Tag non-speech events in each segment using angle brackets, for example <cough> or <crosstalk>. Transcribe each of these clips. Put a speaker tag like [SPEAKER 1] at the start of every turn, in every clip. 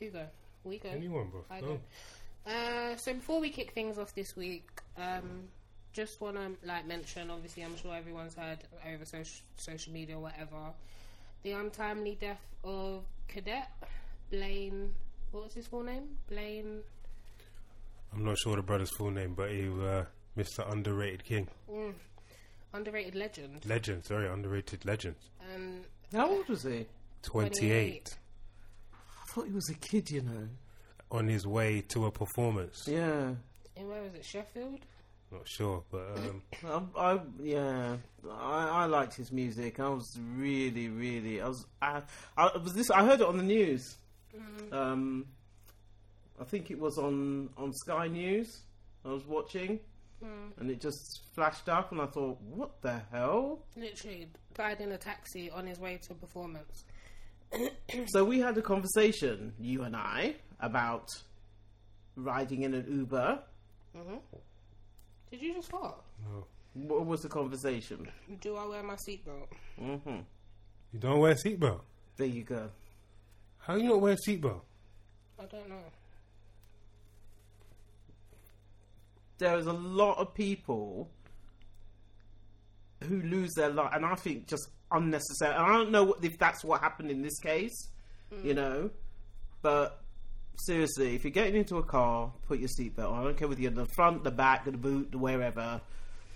[SPEAKER 1] Who go? We go.
[SPEAKER 2] Anyone, bro?
[SPEAKER 1] I
[SPEAKER 2] No.
[SPEAKER 1] go. Uh, so before we kick things off this week, um, just want to like mention. Obviously, I'm sure everyone's heard over social social media or whatever the untimely death of Cadet Blaine. What was his full name? Blaine.
[SPEAKER 2] I'm not sure the brother's full name, but he uh, Mr. Underrated King.
[SPEAKER 1] Mm, underrated legend.
[SPEAKER 2] Legend, sorry, underrated legend.
[SPEAKER 1] Um,
[SPEAKER 3] How old was he?
[SPEAKER 2] 28.
[SPEAKER 3] I thought he was a kid, you know.
[SPEAKER 2] On his way to a performance.
[SPEAKER 3] Yeah.
[SPEAKER 1] And where was it? Sheffield.
[SPEAKER 2] Not sure, but um,
[SPEAKER 3] I, I yeah, I, I liked his music. I was really, really, I was, I, I was this. I heard it on the news. Um, I think it was on on Sky News. I was watching, and it just flashed up, and I thought, what the hell?
[SPEAKER 1] Literally died in a taxi on his way to a performance.
[SPEAKER 3] so we had a conversation, you and I, about riding in an Uber.
[SPEAKER 1] Did you just fart?
[SPEAKER 2] no.
[SPEAKER 3] What was the conversation?
[SPEAKER 1] Do I wear my seatbelt?
[SPEAKER 3] Mm-hmm.
[SPEAKER 2] you don't wear a seatbelt.
[SPEAKER 3] There you go.
[SPEAKER 2] How you not wear a seatbelt?
[SPEAKER 1] I don't know.
[SPEAKER 3] there is a lot of people who lose their life, and I think just unnecessary. And I don't know what, if that's what happened in this case,
[SPEAKER 1] Mm.
[SPEAKER 3] you know. But seriously, if you're getting into a car, put your seatbelt on. I don't care whether you're in the front, the back, the boot, the wherever.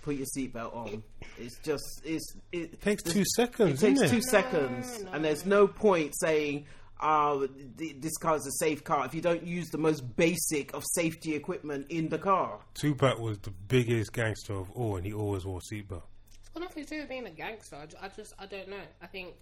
[SPEAKER 3] Put your seatbelt on. It's just it's it
[SPEAKER 2] Takes
[SPEAKER 3] there's-
[SPEAKER 2] two
[SPEAKER 3] it
[SPEAKER 2] seconds,
[SPEAKER 3] takes
[SPEAKER 2] innit?
[SPEAKER 3] two seconds,
[SPEAKER 1] no,
[SPEAKER 3] and there's no point saying, "Oh, th- this car's a safe car." If you don't use the most basic of safety equipment in the car,
[SPEAKER 2] Tupac was the biggest gangster of all, and he always wore a seatbelt.
[SPEAKER 1] It's got nothing to do with being a gangster. I ju- I just, I don't know. I think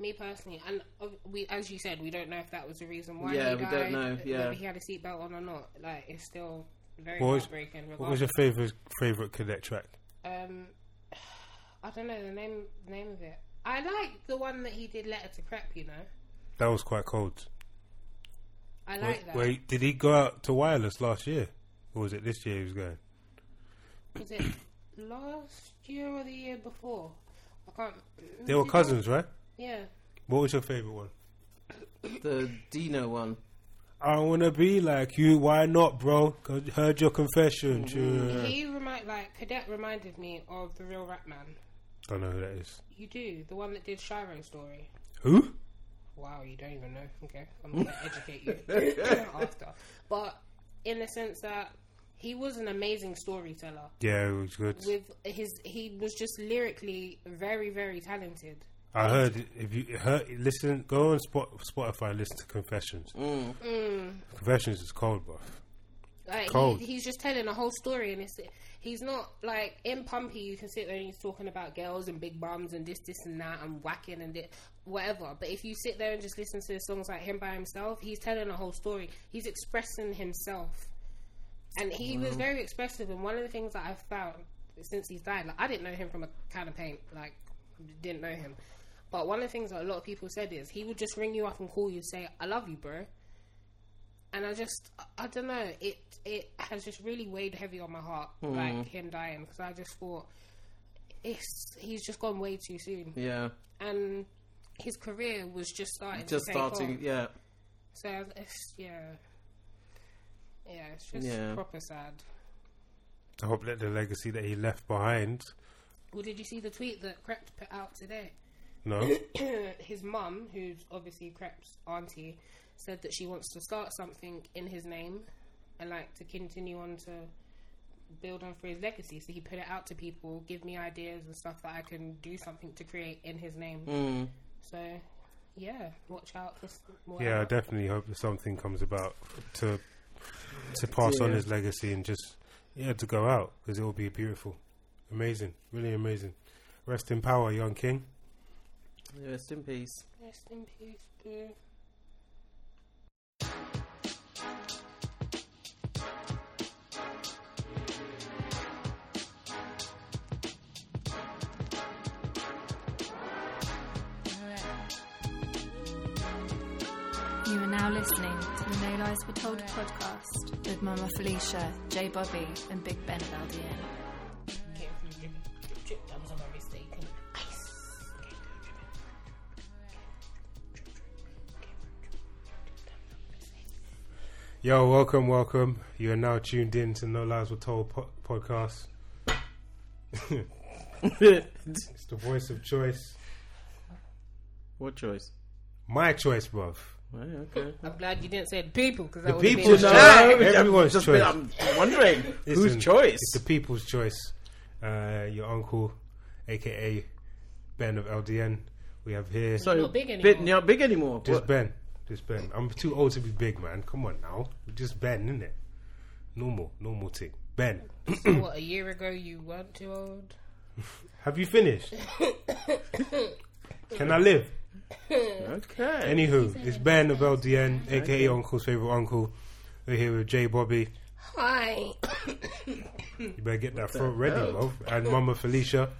[SPEAKER 1] me personally, and ob- we, as you said, we don't know if that was the reason why.
[SPEAKER 3] Yeah,
[SPEAKER 1] he
[SPEAKER 3] we
[SPEAKER 1] died,
[SPEAKER 3] don't know, yeah.
[SPEAKER 1] whether he had a seatbelt on or not. Like, it's still very
[SPEAKER 2] What was,
[SPEAKER 1] heartbreaking.
[SPEAKER 2] what was your favorite favorite cadet track?
[SPEAKER 1] um, <sighs> I don't know the name name of it. I like the one that he did letter to prep. You know,
[SPEAKER 2] That was quite cold.
[SPEAKER 1] I
[SPEAKER 2] Wait,
[SPEAKER 1] like that.
[SPEAKER 2] wait, did he go out to wireless last year, or was it this year he was going?
[SPEAKER 1] Was it last year or the year before? I can't. Mm,
[SPEAKER 2] They were cousins, right?
[SPEAKER 1] Yeah.
[SPEAKER 2] What was your favorite one?
[SPEAKER 3] the Dino one.
[SPEAKER 2] I wanna be like you. Why not, bro? 'Cause I heard your confession. Yeah.
[SPEAKER 1] He remind like Cadet reminded me of the real rap man.
[SPEAKER 2] Don't know who that is.
[SPEAKER 1] You do the one that did Shiro's story.
[SPEAKER 2] Who?
[SPEAKER 1] Wow, you don't even know. Okay, I'm going to educate you after. But in the sense that he was an amazing storyteller.
[SPEAKER 2] Yeah, it was good.
[SPEAKER 1] With his, he was just lyrically very, very talented.
[SPEAKER 2] I heard if you heard, listen, go on Spot, Spotify, listen to Confessions. Confessions is cold, bro.
[SPEAKER 1] Like
[SPEAKER 2] Cold.
[SPEAKER 1] he, he's just telling a whole story, and it's he's not like in Pumpy. You can sit there and he's talking about girls and big bums and this, this, and that, and whacking and thi- whatever. But if you sit there and just listen to songs like him by himself, he's telling a whole story. He's expressing himself, and he was very expressive. And one of the things that I've found since he's died, like I didn't know him from a can of paint, like didn't know him. But one of the things that a lot of people said is he would just ring you up and call you, and say, "I love you, bro." and I just I don't know it it has just really weighed heavy on my heart
[SPEAKER 3] Hmm.
[SPEAKER 1] like him dying because I just thought it's he's just gone way too soon
[SPEAKER 3] Yeah,
[SPEAKER 1] and his career was just starting
[SPEAKER 3] just
[SPEAKER 1] to take
[SPEAKER 3] starting.
[SPEAKER 1] off.
[SPEAKER 3] Yeah,
[SPEAKER 1] so it's yeah yeah it's just
[SPEAKER 3] Yeah.
[SPEAKER 1] proper sad
[SPEAKER 2] I hope that the legacy that he left behind.
[SPEAKER 1] well did you see the tweet that Crept put out today
[SPEAKER 2] No,
[SPEAKER 1] <coughs> his mum, who's obviously Crep's auntie, said that she wants to start something in his name and like to continue on to build on for his legacy. So he put it out to people, give me ideas and stuff that I can do something to create in his name. So yeah, watch out for s- more.
[SPEAKER 2] yeah, I definitely hope that something comes about to to pass on his legacy and just yeah to go out because it will be beautiful, amazing, really amazing. Rest in power, young king.
[SPEAKER 3] rest in
[SPEAKER 2] <laughs>
[SPEAKER 3] peace.
[SPEAKER 1] Rest in peace, boo.
[SPEAKER 4] You are now listening to the No Lies Were Told podcast with Mama Felicia, J Bobby, and Big Ben Valdian.
[SPEAKER 1] Okay, drip, drip, drip. That was on my mistake. And ice. Okay, drip, drip. Okay, drip, drip. Okay, drip, drip, drip. That was on my mistake.
[SPEAKER 2] Yo, welcome, welcome. You are now tuned in to No Lies Were Told po- podcast. It's the voice of choice.
[SPEAKER 3] what choice?
[SPEAKER 2] My choice, bruv.
[SPEAKER 3] Well,
[SPEAKER 2] <laughs>
[SPEAKER 3] okay.
[SPEAKER 1] I'm glad you didn't say the people because
[SPEAKER 2] The
[SPEAKER 1] that would have
[SPEAKER 2] people's
[SPEAKER 1] been
[SPEAKER 2] choice. Everyone's
[SPEAKER 3] just
[SPEAKER 2] choice.
[SPEAKER 3] Been, I'm wondering whose
[SPEAKER 2] Listen,
[SPEAKER 3] choice.
[SPEAKER 2] It's the people's choice. Uh, your uncle, aka Ben of LDN. We have here.
[SPEAKER 3] so
[SPEAKER 1] Not big anymore.
[SPEAKER 3] Bit, not big anymore.
[SPEAKER 2] Just
[SPEAKER 3] What-
[SPEAKER 2] Ben. Just Ben. I'm too old to be big, man. Come on now. Just Ben, innit? Normal, normal thing. Ben.
[SPEAKER 1] what a year ago you weren't too old.
[SPEAKER 2] Have you
[SPEAKER 3] <coughs>
[SPEAKER 2] finished? Can I live?
[SPEAKER 3] okay.
[SPEAKER 2] Anywho, it's Ben of LDN, aka Uncle's favorite uncle. We're here with Jay Bobby.
[SPEAKER 1] Hi.
[SPEAKER 2] You better get that throat ready, bro. And Mama Felicia.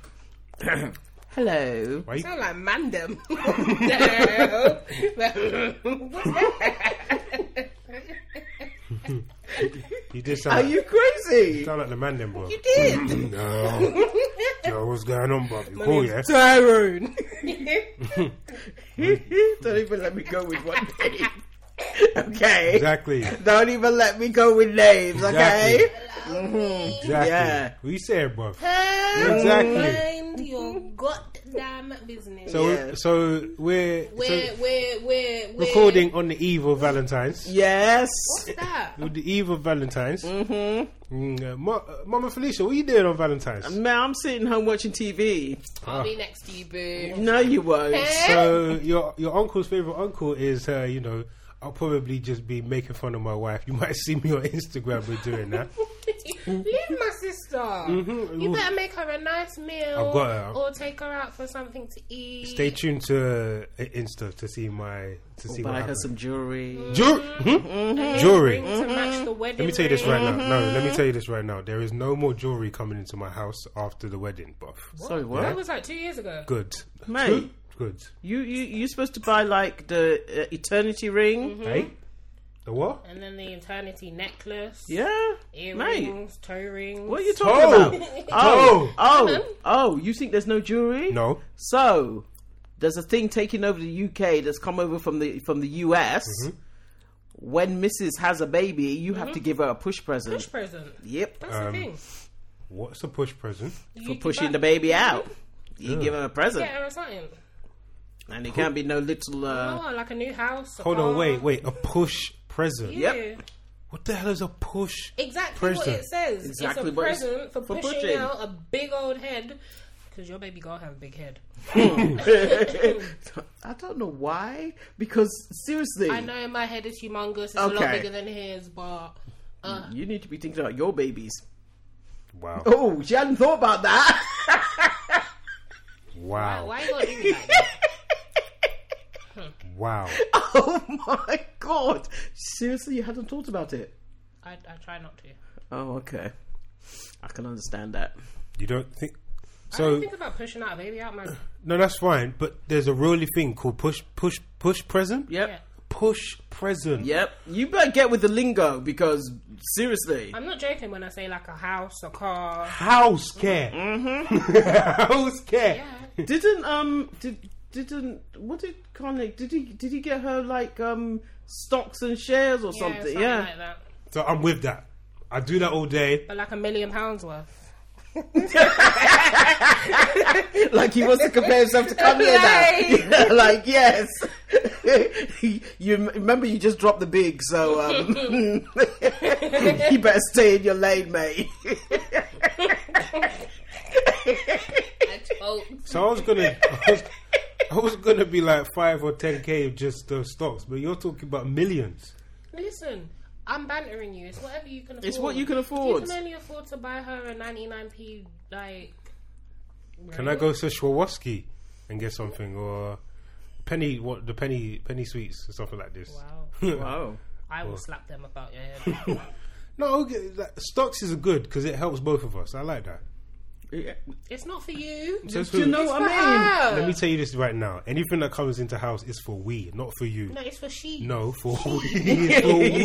[SPEAKER 3] Hello.
[SPEAKER 2] Why you
[SPEAKER 1] Sound like Mandem.
[SPEAKER 3] <laughs>
[SPEAKER 1] <laughs> What's that?
[SPEAKER 2] You did
[SPEAKER 3] Are
[SPEAKER 2] sound, like,
[SPEAKER 3] you crazy?
[SPEAKER 2] sound like the man then, bro.
[SPEAKER 1] you did.
[SPEAKER 2] No. Yo, what's going on, bro? You cool, yeah?
[SPEAKER 1] <laughs>
[SPEAKER 2] <laughs>
[SPEAKER 3] Tyrone. <laughs> Don't even let me go with one
[SPEAKER 1] <laughs>
[SPEAKER 3] name. okay.
[SPEAKER 2] Exactly.
[SPEAKER 3] Don't even let me go with names, okay? Mm-hmm.
[SPEAKER 2] Exactly.
[SPEAKER 3] Yeah.
[SPEAKER 2] What you said, bro? Exactly.
[SPEAKER 1] Exactly. Mind your goddamn business.
[SPEAKER 2] So,
[SPEAKER 3] Yeah.
[SPEAKER 2] so we're,
[SPEAKER 1] we're,
[SPEAKER 2] so
[SPEAKER 1] we're, we're, we're
[SPEAKER 2] recording Ah. on the eve of Valentine's.
[SPEAKER 3] Yes.
[SPEAKER 2] <laughs>
[SPEAKER 1] What's that?
[SPEAKER 2] On the eve of Valentine's. Mm-hmm. Mm, uh, Ma- uh, Mama Felicia, what you doing on Valentine's?
[SPEAKER 3] Man, I'm sitting home watching TV.
[SPEAKER 1] I'll be next to you,
[SPEAKER 2] <laughs>
[SPEAKER 1] boo.
[SPEAKER 3] No, you won't.
[SPEAKER 2] so your your uncle's favorite uncle is uh, you know I'll probably just be making fun of my wife. <laughs> You might see me on Instagram with doing that.
[SPEAKER 1] Leave my sister.
[SPEAKER 2] Mhm.
[SPEAKER 1] You better make her a nice meal.
[SPEAKER 2] I've got her.
[SPEAKER 1] Or take her out for something to eat.
[SPEAKER 2] Stay tuned to uh, Insta to see my to see what
[SPEAKER 3] Buy her
[SPEAKER 2] happens.
[SPEAKER 3] some jewelry.
[SPEAKER 2] Ju- hmm? Jewelry.
[SPEAKER 1] Ring
[SPEAKER 2] Mm-hmm.
[SPEAKER 1] to match the wedding
[SPEAKER 2] Let me tell you this
[SPEAKER 1] ring.
[SPEAKER 2] right now. No, let me tell you this right now. There is no more jewelry coming into my house after the wedding, buff.
[SPEAKER 3] Sorry, what?
[SPEAKER 1] That was like two years ago.
[SPEAKER 2] Good,
[SPEAKER 3] Mate.
[SPEAKER 2] good.
[SPEAKER 3] You you you supposed to buy like the uh, eternity ring?
[SPEAKER 2] Hey, the what?
[SPEAKER 1] And then the eternity necklace,
[SPEAKER 3] Yeah. Mate,
[SPEAKER 1] earrings, toe rings.
[SPEAKER 3] what are you talking about?
[SPEAKER 2] Oh,
[SPEAKER 3] Oh,
[SPEAKER 2] Oh.
[SPEAKER 3] oh, oh, you think there's no jewelry?
[SPEAKER 2] No,
[SPEAKER 3] So, there's a thing taking over the UK that's come over from the from the US.
[SPEAKER 2] Mm-hmm.
[SPEAKER 3] When Mrs. has a baby, you have to give her a push present.
[SPEAKER 1] Push present.
[SPEAKER 3] Yep,
[SPEAKER 1] That's
[SPEAKER 2] Um,
[SPEAKER 1] the thing.
[SPEAKER 2] what's a push present?
[SPEAKER 1] You
[SPEAKER 3] for
[SPEAKER 1] could
[SPEAKER 3] pushing
[SPEAKER 1] buy-
[SPEAKER 3] the baby out. You give her a present,
[SPEAKER 1] Yeah, or something.
[SPEAKER 3] and it can't be no little. <laughs> Uh,
[SPEAKER 1] Oh, like a new house. a
[SPEAKER 2] Hold on,
[SPEAKER 1] car.
[SPEAKER 2] wait, wait. A push present.
[SPEAKER 1] Yeah.
[SPEAKER 3] Yep.
[SPEAKER 2] What the hell is a push?
[SPEAKER 1] Exactly what
[SPEAKER 2] Present.
[SPEAKER 1] it says.
[SPEAKER 3] Exactly
[SPEAKER 1] it's a
[SPEAKER 3] what it's-
[SPEAKER 1] present for,
[SPEAKER 3] for
[SPEAKER 1] pushing,
[SPEAKER 3] pushing.
[SPEAKER 1] out a big old head. Because your baby gonna have a big head.
[SPEAKER 3] I don't know why, because seriously,
[SPEAKER 1] I know in my head it's humongous. It's a lot
[SPEAKER 3] Okay.
[SPEAKER 1] bigger than his, but
[SPEAKER 3] you need to be thinking about your babies.
[SPEAKER 2] Wow.
[SPEAKER 3] Oh, she hadn't thought about that. <laughs>
[SPEAKER 2] Wow.
[SPEAKER 1] why you gonna do me like
[SPEAKER 3] <laughs>
[SPEAKER 1] that?
[SPEAKER 2] Wow.
[SPEAKER 3] oh my god! Seriously, you hadn't thought about it.
[SPEAKER 1] I, I try not to.
[SPEAKER 3] Oh, okay. I can understand that.
[SPEAKER 2] You don't think
[SPEAKER 1] I
[SPEAKER 2] so?
[SPEAKER 1] don't think about pushing out a baby
[SPEAKER 2] <coughs>
[SPEAKER 1] out my.
[SPEAKER 2] No, that's fine. But there's a really thing called push, push, push present.
[SPEAKER 3] Yep.
[SPEAKER 1] Yeah.
[SPEAKER 2] Push present.
[SPEAKER 3] Yep. You better get with the lingo because seriously.
[SPEAKER 1] I'm not joking when I say like a house, a car.
[SPEAKER 2] House care. Mm-hmm. <laughs> House care.
[SPEAKER 3] didn't um did didn't what did Kanye did he did he get her like um stocks and shares or
[SPEAKER 1] Yeah,
[SPEAKER 3] something?
[SPEAKER 1] something
[SPEAKER 3] Yeah.
[SPEAKER 1] like that.
[SPEAKER 2] So I'm with that. I do that all day.
[SPEAKER 1] But like a million pounds worth.
[SPEAKER 3] <laughs> Like, he wants to compare himself to Kanye now. <laughs> Yeah, like yes. <laughs> you m- remember you just dropped the big, so um <laughs> you better stay in your lane, mate.
[SPEAKER 1] Oh,
[SPEAKER 2] So I was gonna. <laughs> I was, I was gonna be like five or ten k of just those stocks, but you're talking about millions.
[SPEAKER 1] listen, I'm bantering you. It's whatever you can afford.
[SPEAKER 3] It's what you can
[SPEAKER 1] You
[SPEAKER 3] afford.
[SPEAKER 1] can only afford to buy her a 99p like.
[SPEAKER 2] Can I go to Swarovski and get something or penny? What the penny penny sweets or something like this?
[SPEAKER 1] Wow.
[SPEAKER 3] Wow.
[SPEAKER 1] I will slap them about your
[SPEAKER 2] <laughs>
[SPEAKER 1] head.
[SPEAKER 2] No, I'll get- like, stocks is good because it helps both of us. I like that.
[SPEAKER 3] Yeah.
[SPEAKER 1] It's not for you.
[SPEAKER 2] So it's
[SPEAKER 3] Do you
[SPEAKER 2] for-
[SPEAKER 3] know what
[SPEAKER 1] for
[SPEAKER 3] I mean?
[SPEAKER 1] her.
[SPEAKER 2] Let me tell you this right now. Anything that comes into house is for we, not for you.
[SPEAKER 1] No, it's for she.
[SPEAKER 2] No,
[SPEAKER 3] <laughs>
[SPEAKER 2] for we. It's for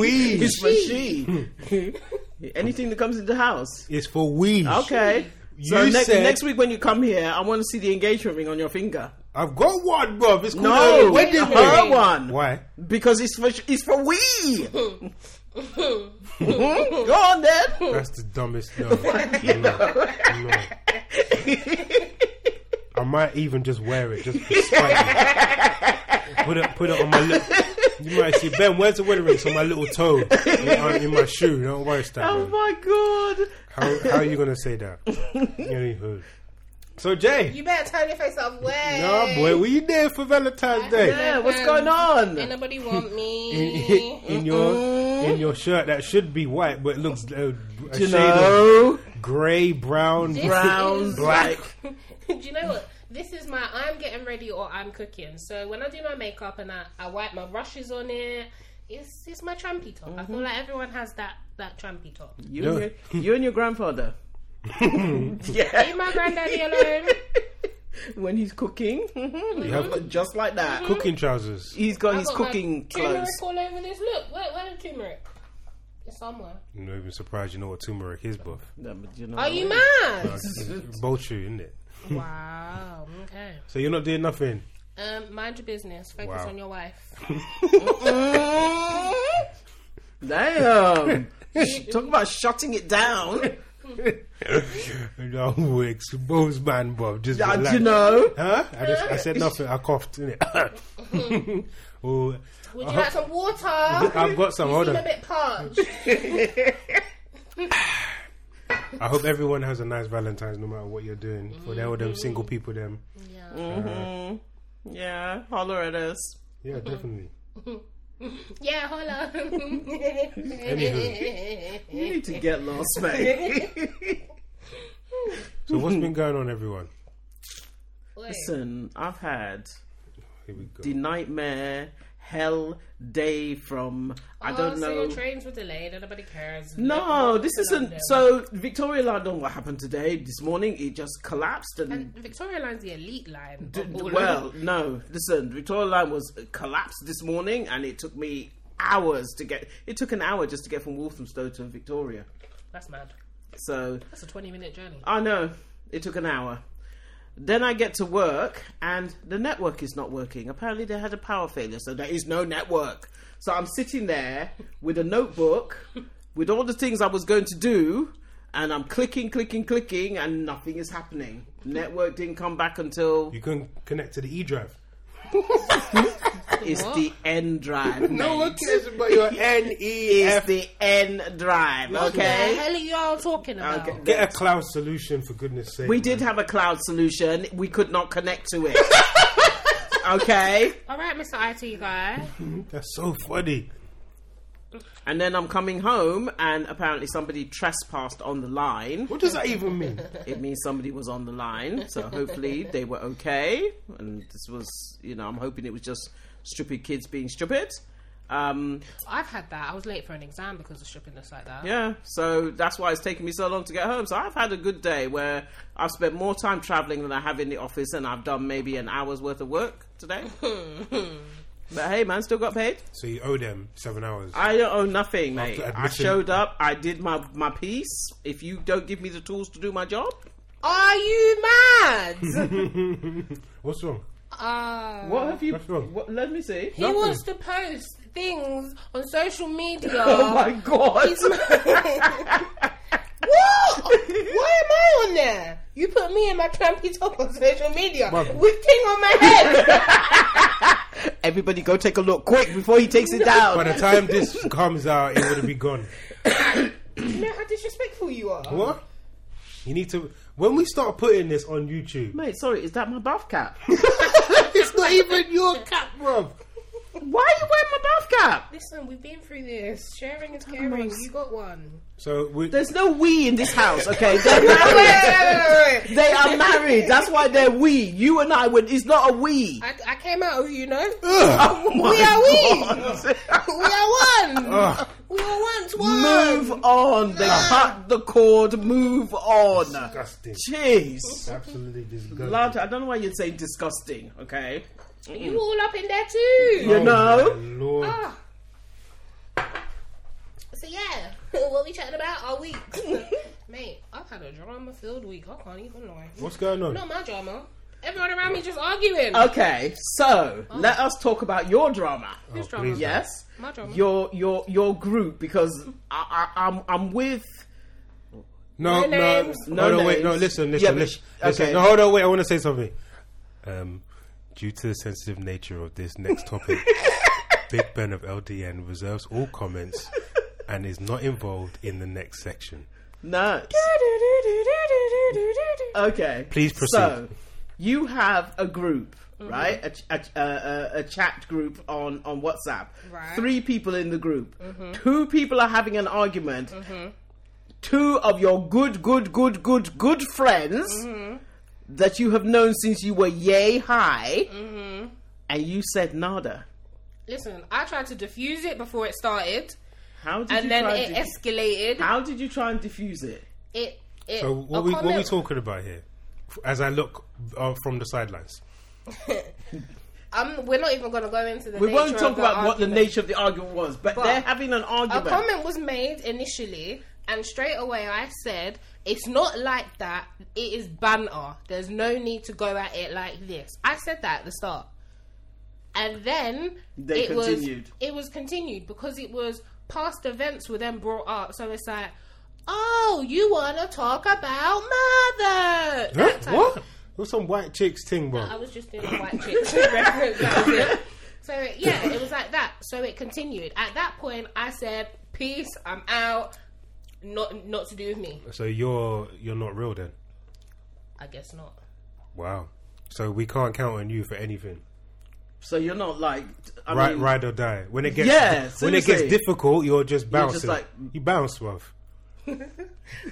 [SPEAKER 2] we.
[SPEAKER 3] It's for she. Anything that comes into the house.
[SPEAKER 2] It's for we.
[SPEAKER 3] Okay.
[SPEAKER 2] You
[SPEAKER 3] so ne-
[SPEAKER 2] said-
[SPEAKER 3] next week when you come here, I want to see the engagement ring on your finger.
[SPEAKER 2] I've got one, bruv. It's called
[SPEAKER 3] No,
[SPEAKER 2] a wedding
[SPEAKER 3] her
[SPEAKER 2] ring.
[SPEAKER 3] one.
[SPEAKER 2] Why?
[SPEAKER 3] Because it's for it's for we.
[SPEAKER 1] <laughs>
[SPEAKER 3] Go on, then.
[SPEAKER 2] That's the
[SPEAKER 3] <laughs>
[SPEAKER 2] dumbest. No. no. no. I might even just wear it just for spite. put it, put it on my lip. You might see Ben. Where's the wedding ring? It's on my little toe, in, on- in my shoe. Don't worry, Stan.
[SPEAKER 3] Oh my god.
[SPEAKER 2] How, how are you gonna say that? Anywho. So Jay,
[SPEAKER 1] <laughs> You better turn your face up way.
[SPEAKER 2] nah, boy, were you there for Valentine's Day?
[SPEAKER 3] Yeah, what's going on?
[SPEAKER 1] Ain't nobody want
[SPEAKER 2] In, <laughs>
[SPEAKER 1] me. <laughs>
[SPEAKER 2] in your in your shirt that should be white, but it looks uh, a
[SPEAKER 3] you
[SPEAKER 2] shade of
[SPEAKER 3] know,
[SPEAKER 2] grey, brown,
[SPEAKER 1] This <laughs>
[SPEAKER 3] brown,
[SPEAKER 1] is-
[SPEAKER 3] black.
[SPEAKER 1] do you know what? This is my I'm getting ready or I'm cooking. So when I do my makeup and I, I wipe my rushes on it, it's it's my trampy top. I feel like everyone has that that trampy top.
[SPEAKER 3] You,
[SPEAKER 2] Yeah.
[SPEAKER 3] and your, you and your grandfather.
[SPEAKER 1] Leave
[SPEAKER 3] yeah.
[SPEAKER 1] my granddaddy alone.
[SPEAKER 3] <laughs> When he's cooking,
[SPEAKER 2] You have
[SPEAKER 3] just like that.
[SPEAKER 2] <laughs> cooking trousers.
[SPEAKER 3] He's got
[SPEAKER 1] I
[SPEAKER 3] his
[SPEAKER 1] Mm-hmm. got my
[SPEAKER 3] cooking
[SPEAKER 1] Turmeric
[SPEAKER 3] clothes.
[SPEAKER 1] all over this. Look, where where the turmeric? It's somewhere.
[SPEAKER 2] I'm not even surprised you know what turmeric is, buff.
[SPEAKER 3] No, but you know
[SPEAKER 1] Are you
[SPEAKER 3] what?
[SPEAKER 1] mad?
[SPEAKER 2] Both you, isn't it?
[SPEAKER 1] wow. Okay.
[SPEAKER 2] So you're not doing nothing.
[SPEAKER 1] Um, mind your business. Focus
[SPEAKER 2] Wow.
[SPEAKER 1] on your wife.
[SPEAKER 3] Mm-hmm. Damn. Talk about shutting it down.
[SPEAKER 2] <laughs> no, we exposed man, Bob. Just
[SPEAKER 3] Yeah,
[SPEAKER 2] relax.
[SPEAKER 3] you know.
[SPEAKER 2] Huh? I just I said nothing. I coughed, innit?
[SPEAKER 3] <laughs>
[SPEAKER 2] <laughs> oh,
[SPEAKER 1] Would you like some water? I'm
[SPEAKER 2] I've got some. <laughs> Hold
[SPEAKER 1] a
[SPEAKER 2] on.
[SPEAKER 1] bit parched.
[SPEAKER 2] I hope everyone has a nice Valentine's, no matter what you're doing. For all
[SPEAKER 3] Mm-hmm.
[SPEAKER 2] them single people, them.
[SPEAKER 1] yeah.
[SPEAKER 3] Yeah, holler at us.
[SPEAKER 2] Yeah, definitely.
[SPEAKER 1] yeah, hold
[SPEAKER 3] Eh,
[SPEAKER 1] on. <laughs>
[SPEAKER 2] Anywho.
[SPEAKER 3] You need to get lost, mate.
[SPEAKER 2] So what's been going on, everyone?
[SPEAKER 1] Wait.
[SPEAKER 3] Listen, I've had
[SPEAKER 2] Here we go.
[SPEAKER 3] the nightmare hell day from I
[SPEAKER 1] Oh,
[SPEAKER 3] don't
[SPEAKER 1] so your
[SPEAKER 3] know.
[SPEAKER 1] trains were delayed and nobody cares.
[SPEAKER 3] No, this
[SPEAKER 1] London.
[SPEAKER 3] isn't. So Victoria Line, I don't know what happened today. This morning, it just collapsed and.
[SPEAKER 1] And Victoria Line's the elite line. Oh,
[SPEAKER 3] D-
[SPEAKER 1] All
[SPEAKER 3] well, no. Listen, Victoria Line was collapsed this morning, and it took me hours to get. It took an hour just to get from Walthamstow to Victoria.
[SPEAKER 1] That's mad.
[SPEAKER 3] So
[SPEAKER 1] That's a 20 minute journey.
[SPEAKER 3] I know it took an hour. Then I get to work, and the network is not working. Apparently, they had a power failure, so there is no network. So I'm sitting there with a notebook with all the things I was going to do, and I'm clicking, clicking, clicking, and nothing is happening. Network didn't come back until
[SPEAKER 2] You can connect to the E drive.
[SPEAKER 3] It's the N drive.
[SPEAKER 2] <laughs> No
[SPEAKER 3] mate.
[SPEAKER 2] one cares about your <laughs> N E
[SPEAKER 3] It's
[SPEAKER 2] F.
[SPEAKER 3] the N drive.
[SPEAKER 1] What the
[SPEAKER 3] Oh, Okay.
[SPEAKER 1] hell are y'all talking about?
[SPEAKER 3] Okay.
[SPEAKER 2] Get a cloud solution for goodness' sake.
[SPEAKER 3] We did have a cloud solution. We could not connect to it. okay.
[SPEAKER 1] All right, Mr. IT guy. <laughs>
[SPEAKER 2] That's so funny.
[SPEAKER 3] And then I'm coming home, and apparently somebody trespassed on the line.
[SPEAKER 2] What does that even mean?
[SPEAKER 3] It means somebody was on the line. So hopefully they were okay. And this was, you know, I'm hoping it was just stupid kids being stupid. Um,
[SPEAKER 1] I've had that. I was late for an exam because of strippiness like that.
[SPEAKER 3] Yeah, so that's why it's taken me so long to get home. So I've had a good day where I've spent more time traveling than I have in the office, and I've done maybe an hour's worth of work
[SPEAKER 2] <laughs>
[SPEAKER 3] today. but hey, man, still got paid.
[SPEAKER 2] So you owe them seven hours.
[SPEAKER 3] I don't owe nothing, mate.
[SPEAKER 2] After
[SPEAKER 3] I
[SPEAKER 2] admission.
[SPEAKER 3] showed up, I did my my piece. If you don't give me the tools to do my job,
[SPEAKER 1] Are you
[SPEAKER 3] <laughs>
[SPEAKER 1] mad?
[SPEAKER 2] <laughs> What's wrong?
[SPEAKER 1] Ah.
[SPEAKER 3] what have you?
[SPEAKER 2] What's wrong?
[SPEAKER 3] What, let me see.
[SPEAKER 1] He wants to post things on social media.
[SPEAKER 3] <laughs> <laughs> Oh
[SPEAKER 2] <laughs>
[SPEAKER 3] my god!
[SPEAKER 1] He's mad. <laughs>
[SPEAKER 3] <laughs>
[SPEAKER 1] what? Why am I on there? You put me in my trampy top on social media
[SPEAKER 2] Mum.
[SPEAKER 1] with King on my head.
[SPEAKER 3] Everybody, go take a look quick before he takes it down.
[SPEAKER 2] By the time this comes out, it would have been gone.
[SPEAKER 1] you know how disrespectful you are.
[SPEAKER 2] What? You need to. When we start putting this on YouTube,
[SPEAKER 3] Mate, sorry, is that my bath cap?
[SPEAKER 2] <laughs>
[SPEAKER 3] <laughs>
[SPEAKER 2] it's not even your cap, bruv.
[SPEAKER 3] Why are you wearing my bath cap?
[SPEAKER 1] Listen, we've been through this. Sharing is caring. You got
[SPEAKER 3] <laughs>
[SPEAKER 1] one.
[SPEAKER 2] So we.
[SPEAKER 3] There's no we in this house, <laughs> okay? They're married. they are married. That's why they're we. You and I, would, it's not a we.
[SPEAKER 1] I, I came out of you know.
[SPEAKER 2] Ugh.
[SPEAKER 3] <laughs> Oh
[SPEAKER 1] We are we.
[SPEAKER 3] we.
[SPEAKER 1] We are one.
[SPEAKER 2] Ugh.
[SPEAKER 1] we are once one.
[SPEAKER 3] move on. They cut the cord. Move
[SPEAKER 2] <laughs>
[SPEAKER 3] on. <laughs>
[SPEAKER 2] disgusting.
[SPEAKER 3] Jeez.
[SPEAKER 2] Absolutely disgusting.
[SPEAKER 3] Lord, I don't know why you'd say disgusting, okay?
[SPEAKER 1] You all up in there too.
[SPEAKER 3] You know?
[SPEAKER 2] Oh my Lord.
[SPEAKER 1] Ah. So yeah, <laughs> what we chatting about all week, <laughs> mate? I've had a drama-filled week. I can't even lie.
[SPEAKER 2] What's going on?
[SPEAKER 1] Not my drama. Everyone around me just arguing.
[SPEAKER 3] Okay, so let us talk about your drama.
[SPEAKER 2] Oh,
[SPEAKER 1] Who's drama?
[SPEAKER 2] please, no.
[SPEAKER 3] Yes,
[SPEAKER 1] My drama.
[SPEAKER 3] your your your group because I, I, I'm I'm with.
[SPEAKER 1] No
[SPEAKER 2] No, no, no,
[SPEAKER 1] names.
[SPEAKER 2] no,
[SPEAKER 3] No
[SPEAKER 2] wait, no,
[SPEAKER 3] names.
[SPEAKER 2] listen,
[SPEAKER 3] Yeah,
[SPEAKER 2] listen,
[SPEAKER 3] but
[SPEAKER 2] listen,
[SPEAKER 3] sh-
[SPEAKER 2] listen.
[SPEAKER 3] okay.
[SPEAKER 2] No, hold on, wait, I want to say something. Um, due to the sensitive nature of this next
[SPEAKER 1] <laughs>
[SPEAKER 2] topic, Big Ben of LDN reserves all comments and is not involved in the next section.
[SPEAKER 3] No. Okay.
[SPEAKER 2] Please proceed.
[SPEAKER 3] So, you have a group,
[SPEAKER 1] Mm-hmm.
[SPEAKER 3] right? A, ch- a, ch- a, a, a chat group on, on WhatsApp.
[SPEAKER 1] Right. Mm-hmm.
[SPEAKER 3] Three people in the group. Two people are having an argument. Two of your good, good, good, good, good friends
[SPEAKER 1] Mm-hmm.
[SPEAKER 3] that you have known since you were yay high,
[SPEAKER 1] Mm-hmm.
[SPEAKER 3] and you said nada.
[SPEAKER 1] Listen, I tried to diffuse it before it started,
[SPEAKER 3] How did you
[SPEAKER 1] and then
[SPEAKER 3] try
[SPEAKER 1] it
[SPEAKER 3] and diffuse-
[SPEAKER 1] escalated.
[SPEAKER 3] How did you try and diffuse it?
[SPEAKER 1] It. it
[SPEAKER 2] So,
[SPEAKER 1] a
[SPEAKER 2] Oh, what we what we
[SPEAKER 1] comment-
[SPEAKER 2] talking about here? As I look uh, from the sidelines,
[SPEAKER 1] <laughs> Um, we're not even going to go into the.
[SPEAKER 3] We
[SPEAKER 1] nature
[SPEAKER 3] won't
[SPEAKER 1] of
[SPEAKER 3] talk
[SPEAKER 1] the
[SPEAKER 3] about what the
[SPEAKER 1] argument.
[SPEAKER 3] nature of the argument was, but,
[SPEAKER 1] But
[SPEAKER 3] they're having an
[SPEAKER 1] A
[SPEAKER 3] argument.
[SPEAKER 1] comment was made initially, and straight away I said, "It's not like that. It is banter. There's no need to go at it like this." I said that at the start, and then
[SPEAKER 3] They
[SPEAKER 1] it
[SPEAKER 3] continued.
[SPEAKER 1] was it was continued because it was past events were then brought up. So it's like, "Oh, you want to talk about mother?" That type of
[SPEAKER 2] what? What's some white chicks thing, bro?
[SPEAKER 1] I was just doing a white <laughs> chicks reference. That was it. So yeah, it was like that. So it continued. At that point, I said, "Peace, I'm out. Not not to do with me.
[SPEAKER 2] so you're you're not real then?
[SPEAKER 1] I guess not."
[SPEAKER 2] Wow. So we can't count on you for anything.
[SPEAKER 3] so you're not like. I
[SPEAKER 2] right,
[SPEAKER 3] mean,
[SPEAKER 2] ride or die. When it gets
[SPEAKER 3] Yeah,
[SPEAKER 2] when it gets
[SPEAKER 3] seriously.
[SPEAKER 2] difficult, you're just bouncing.
[SPEAKER 3] just like-
[SPEAKER 2] you bounce, bruv.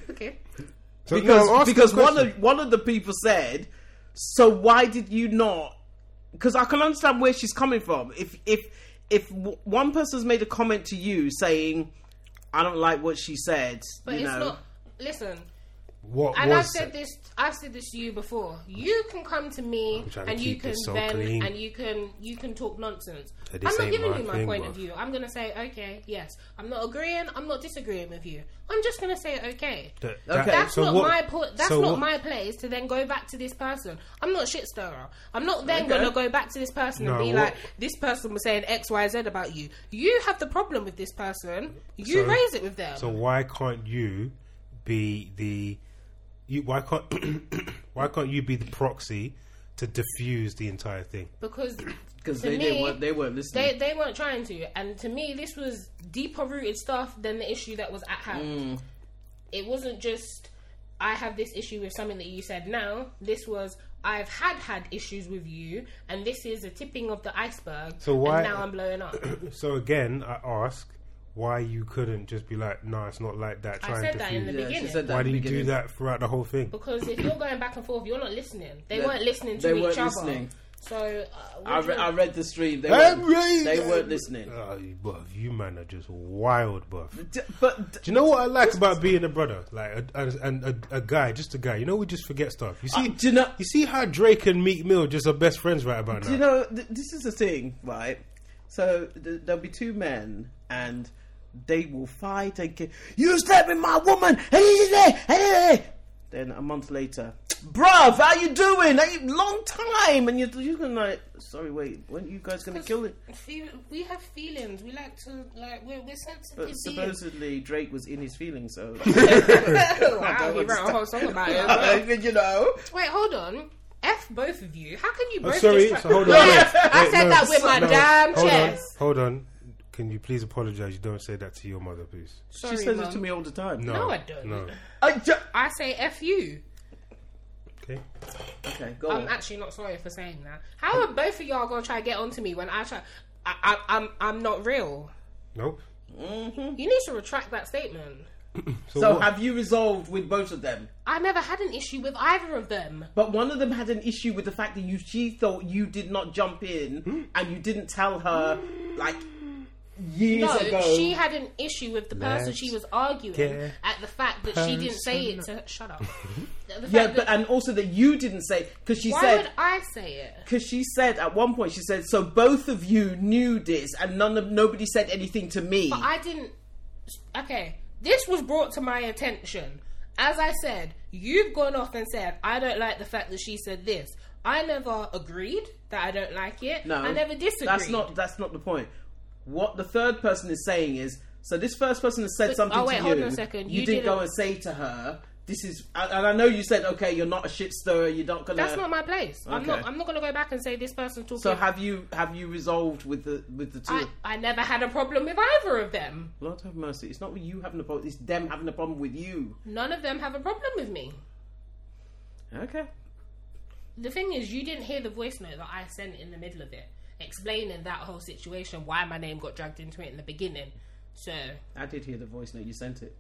[SPEAKER 1] Okay.
[SPEAKER 2] So,
[SPEAKER 3] because
[SPEAKER 2] no, I'm asking
[SPEAKER 3] because
[SPEAKER 2] the
[SPEAKER 3] one
[SPEAKER 2] question.
[SPEAKER 3] of one of the people said, "So why did you not?" Because I can understand where she's coming from. If if if w- one person's made a comment to you saying, "I don't like what she said,"
[SPEAKER 1] But
[SPEAKER 3] you
[SPEAKER 1] it's
[SPEAKER 3] know,
[SPEAKER 1] not. Listen,
[SPEAKER 2] what
[SPEAKER 1] and I've
[SPEAKER 2] was uh,
[SPEAKER 1] said
[SPEAKER 2] it?
[SPEAKER 1] this. I've said this to you before. You can come to me
[SPEAKER 2] trying to
[SPEAKER 1] and you
[SPEAKER 2] keep
[SPEAKER 1] can
[SPEAKER 2] this so
[SPEAKER 1] vent
[SPEAKER 2] clean.
[SPEAKER 1] and you can you can talk nonsense.
[SPEAKER 2] Hey,
[SPEAKER 1] I'm
[SPEAKER 2] this
[SPEAKER 1] not
[SPEAKER 2] ain't
[SPEAKER 1] giving
[SPEAKER 2] my
[SPEAKER 1] you my
[SPEAKER 2] thing,
[SPEAKER 1] point of
[SPEAKER 2] bruv.
[SPEAKER 1] view. I'm gonna say okay, yes. I'm not agreeing. I'm not disagreeing with you. I'm just gonna say okay.
[SPEAKER 2] That-
[SPEAKER 3] Okay.
[SPEAKER 1] That's
[SPEAKER 2] so
[SPEAKER 1] not
[SPEAKER 2] what-
[SPEAKER 1] my po- that's
[SPEAKER 2] so
[SPEAKER 1] not
[SPEAKER 2] what-
[SPEAKER 1] my place to then go back to this person. I'm not a shit stirrer. I'm not then
[SPEAKER 3] Okay.
[SPEAKER 1] gonna go back to this person and
[SPEAKER 2] No,
[SPEAKER 1] be
[SPEAKER 2] what-
[SPEAKER 1] like, this person was saying X, Y, Z about you. You have the problem with this person. You
[SPEAKER 2] So-
[SPEAKER 1] raise it with them.
[SPEAKER 2] So why can't you be the you? Why can't <coughs> why can't you be the proxy to diffuse the entire thing? <clears throat>
[SPEAKER 1] because
[SPEAKER 3] because
[SPEAKER 1] to
[SPEAKER 3] they
[SPEAKER 1] me,
[SPEAKER 3] didn't want, they weren't listening.
[SPEAKER 1] they they weren't trying to. And to me, this was deeper rooted stuff than the issue that was at
[SPEAKER 3] Mm.
[SPEAKER 1] hand. It wasn't just I have this issue with something that you said now. This was I've had had issues with you, and this is a tipping of the iceberg.
[SPEAKER 2] So why-
[SPEAKER 1] And now I'm blowing
[SPEAKER 3] <coughs>
[SPEAKER 1] up.
[SPEAKER 2] So again, I ask why you couldn't just be like, no, it's not like that. Try
[SPEAKER 1] I
[SPEAKER 2] and
[SPEAKER 1] said that in
[SPEAKER 2] diffuse
[SPEAKER 1] the
[SPEAKER 2] it.
[SPEAKER 3] Yeah, she
[SPEAKER 1] beginning.
[SPEAKER 3] said that
[SPEAKER 2] Why
[SPEAKER 3] at
[SPEAKER 2] do
[SPEAKER 3] the
[SPEAKER 2] you do
[SPEAKER 3] beginning.
[SPEAKER 2] that throughout the whole thing?
[SPEAKER 1] Because if you're going back and forth, you're not listening. They
[SPEAKER 3] They-
[SPEAKER 1] weren't listening to
[SPEAKER 3] they
[SPEAKER 1] each
[SPEAKER 3] weren't
[SPEAKER 1] other.
[SPEAKER 3] listening.
[SPEAKER 1] So uh, what
[SPEAKER 3] I,
[SPEAKER 1] do
[SPEAKER 3] re-
[SPEAKER 1] you-
[SPEAKER 3] I read the stream. They
[SPEAKER 2] I'm
[SPEAKER 3] weren't,
[SPEAKER 2] ready.
[SPEAKER 3] they weren't listening.
[SPEAKER 2] Oh, you- bruv, you man are just wild, bruv.
[SPEAKER 3] D- but
[SPEAKER 2] Do you know what I like about being a brother, like a, a, and a, a guy, just a guy? You know, we just forget stuff. You see,
[SPEAKER 3] Uh, do you know-
[SPEAKER 2] see how Drake and Meek Mill just are best friends right about now.
[SPEAKER 3] Do you know, th- this is the thing, right? So th- there'll be two men, and they will fight and get, you slept with my woman. Then a month later, bruv, how you doing? Are you, long time, and you're, you're gonna like, sorry, wait, weren't you guys gonna kill it?
[SPEAKER 1] Fe- we have feelings. We like to like we're, we're sensitive.
[SPEAKER 3] But
[SPEAKER 1] beings.
[SPEAKER 3] supposedly Drake was in his feelings, <laughs> so
[SPEAKER 1] wow, he wrote a whole song about it.
[SPEAKER 3] I mean, you know.
[SPEAKER 1] Wait, hold on. F both of you. How can you
[SPEAKER 2] Oh,
[SPEAKER 1] both?
[SPEAKER 2] sorry,
[SPEAKER 1] just
[SPEAKER 2] so
[SPEAKER 1] try-
[SPEAKER 2] hold on.
[SPEAKER 1] Yes, <laughs>
[SPEAKER 2] wait,
[SPEAKER 1] I
[SPEAKER 2] wait,
[SPEAKER 1] said
[SPEAKER 2] no,
[SPEAKER 1] that with my
[SPEAKER 2] no,
[SPEAKER 1] damn
[SPEAKER 2] hold
[SPEAKER 1] chest.
[SPEAKER 2] On, hold on. Can you please apologize? You don't say that to your mother, please.
[SPEAKER 1] Sorry,
[SPEAKER 3] She says
[SPEAKER 1] Mum.
[SPEAKER 3] it to me all the time.
[SPEAKER 2] No,
[SPEAKER 1] No, I don't.
[SPEAKER 2] No.
[SPEAKER 3] I ju-
[SPEAKER 1] I say F you.
[SPEAKER 2] Okay.
[SPEAKER 3] okay, go
[SPEAKER 1] I'm
[SPEAKER 3] on.
[SPEAKER 1] actually not sorry for saying that. How are both of y'all gonna try to get onto me when I try? I, I, I'm I'm not real.
[SPEAKER 2] Nope.
[SPEAKER 1] You need to retract that statement.
[SPEAKER 3] So
[SPEAKER 2] what-
[SPEAKER 3] have you resolved with both of them?
[SPEAKER 1] I never had an issue with either of them.
[SPEAKER 3] But one of them had an issue with the fact that you she thought you did not jump in and you didn't tell her like years
[SPEAKER 1] No,
[SPEAKER 3] ago.
[SPEAKER 1] she had an issue with the person
[SPEAKER 2] Let's
[SPEAKER 1] she was arguing
[SPEAKER 2] get
[SPEAKER 1] at the fact that she didn't say it to her. Shut
[SPEAKER 2] <laughs>
[SPEAKER 1] up. The fact
[SPEAKER 3] yeah,
[SPEAKER 1] that-
[SPEAKER 3] but and also that you didn't say because she
[SPEAKER 1] why
[SPEAKER 3] said
[SPEAKER 1] would I say it?
[SPEAKER 3] because she said at one point she said so both of you knew this and none of nobody said anything to me.
[SPEAKER 1] But I didn't. Okay, this was brought to my attention. As I said, you've gone off and said, I don't like the fact that she said this. I never agreed that I don't like it.
[SPEAKER 3] No,
[SPEAKER 1] I never disagreed.
[SPEAKER 3] That's not that's not the point. What the third person is saying is so this first person has said
[SPEAKER 1] But-
[SPEAKER 3] something
[SPEAKER 1] oh, wait,
[SPEAKER 3] to you.
[SPEAKER 1] hold on a second.
[SPEAKER 3] You,
[SPEAKER 1] You
[SPEAKER 3] didn't, go
[SPEAKER 1] didn't-
[SPEAKER 3] and say to her, "This is," and I know you said, "Okay, you're not a shit stirrer. You're not gonna."
[SPEAKER 1] That's not my place. I'm not.
[SPEAKER 3] Okay.
[SPEAKER 1] I'm not gonna go back and say this person's talking.
[SPEAKER 3] so have you have you resolved with the with the two?
[SPEAKER 1] I, I never had a problem with either of them.
[SPEAKER 3] Lord have mercy. It's not you having a problem. It's them having a problem with you.
[SPEAKER 1] None of them have a problem with me. Mm.
[SPEAKER 3] Okay.
[SPEAKER 1] The thing is, you didn't hear the voice note that I sent in the middle of it, explaining that whole situation, why my name got dragged into it in the beginning. So
[SPEAKER 3] I did hear the voice note. You sent it.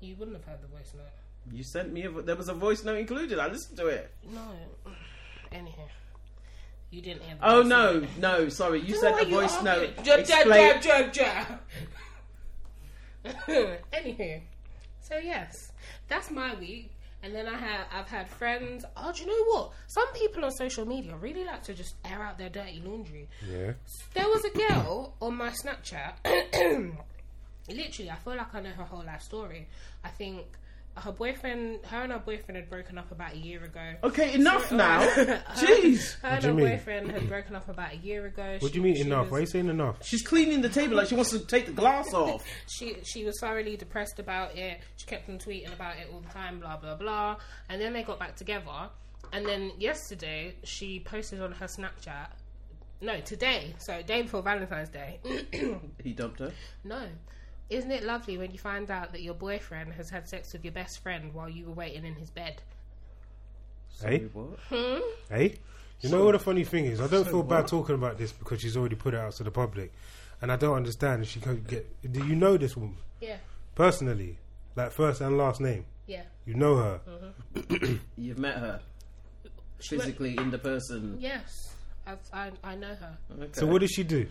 [SPEAKER 1] you wouldn't have heard the voice note.
[SPEAKER 3] You sent me. A, vo- there was a voice note included. I listened to it.
[SPEAKER 1] No. Anyhow, you didn't hear. The
[SPEAKER 3] Oh
[SPEAKER 1] voice note.
[SPEAKER 3] no, no. Sorry, you sent
[SPEAKER 1] Why
[SPEAKER 3] the
[SPEAKER 1] you
[SPEAKER 3] voice note.
[SPEAKER 1] arguing? Jab, jab,
[SPEAKER 3] Explain-
[SPEAKER 1] jab, jab, jab. <laughs> Anywho, so yes, that's my week. And then I have I've had friends. Oh, do you know what? Some people on social media really like to just air out their dirty laundry.
[SPEAKER 2] Yeah.
[SPEAKER 1] There was a girl on my Snapchat. <clears throat> Literally, I feel like I know her whole life story. I think her boyfriend, her and her boyfriend had broken up about a year ago.
[SPEAKER 3] Okay, enough now.
[SPEAKER 1] <laughs>
[SPEAKER 3] Jeez.
[SPEAKER 1] Her and
[SPEAKER 2] do
[SPEAKER 1] her
[SPEAKER 2] you mean?
[SPEAKER 1] boyfriend had broken up about a year ago.
[SPEAKER 2] What do you mean enough? Why are you saying enough?
[SPEAKER 3] She's cleaning the table like she wants to take the glass off.
[SPEAKER 1] she she was thoroughly depressed about it. She kept on tweeting about it all the time, blah blah blah. And then they got back together. And then yesterday she posted on her Snapchat. No, today. So day before Valentine's Day. <coughs>
[SPEAKER 3] He dumped her.
[SPEAKER 1] no. Isn't it lovely when you find out that your boyfriend has had sex with your best friend while you were waiting in his bed?
[SPEAKER 2] Hey,
[SPEAKER 3] What?
[SPEAKER 2] hey. You know what the funny thing is? I don't feel bad talking about this because she's already put it out to the public, and I don't understand if she can get. Do you know this woman
[SPEAKER 1] Yeah.
[SPEAKER 2] personally? Like first and last name.
[SPEAKER 1] Yeah.
[SPEAKER 2] You know her.
[SPEAKER 3] You've met her physically in the person.
[SPEAKER 1] Yes. I've, I I know her.
[SPEAKER 3] Okay.
[SPEAKER 2] So what did she do?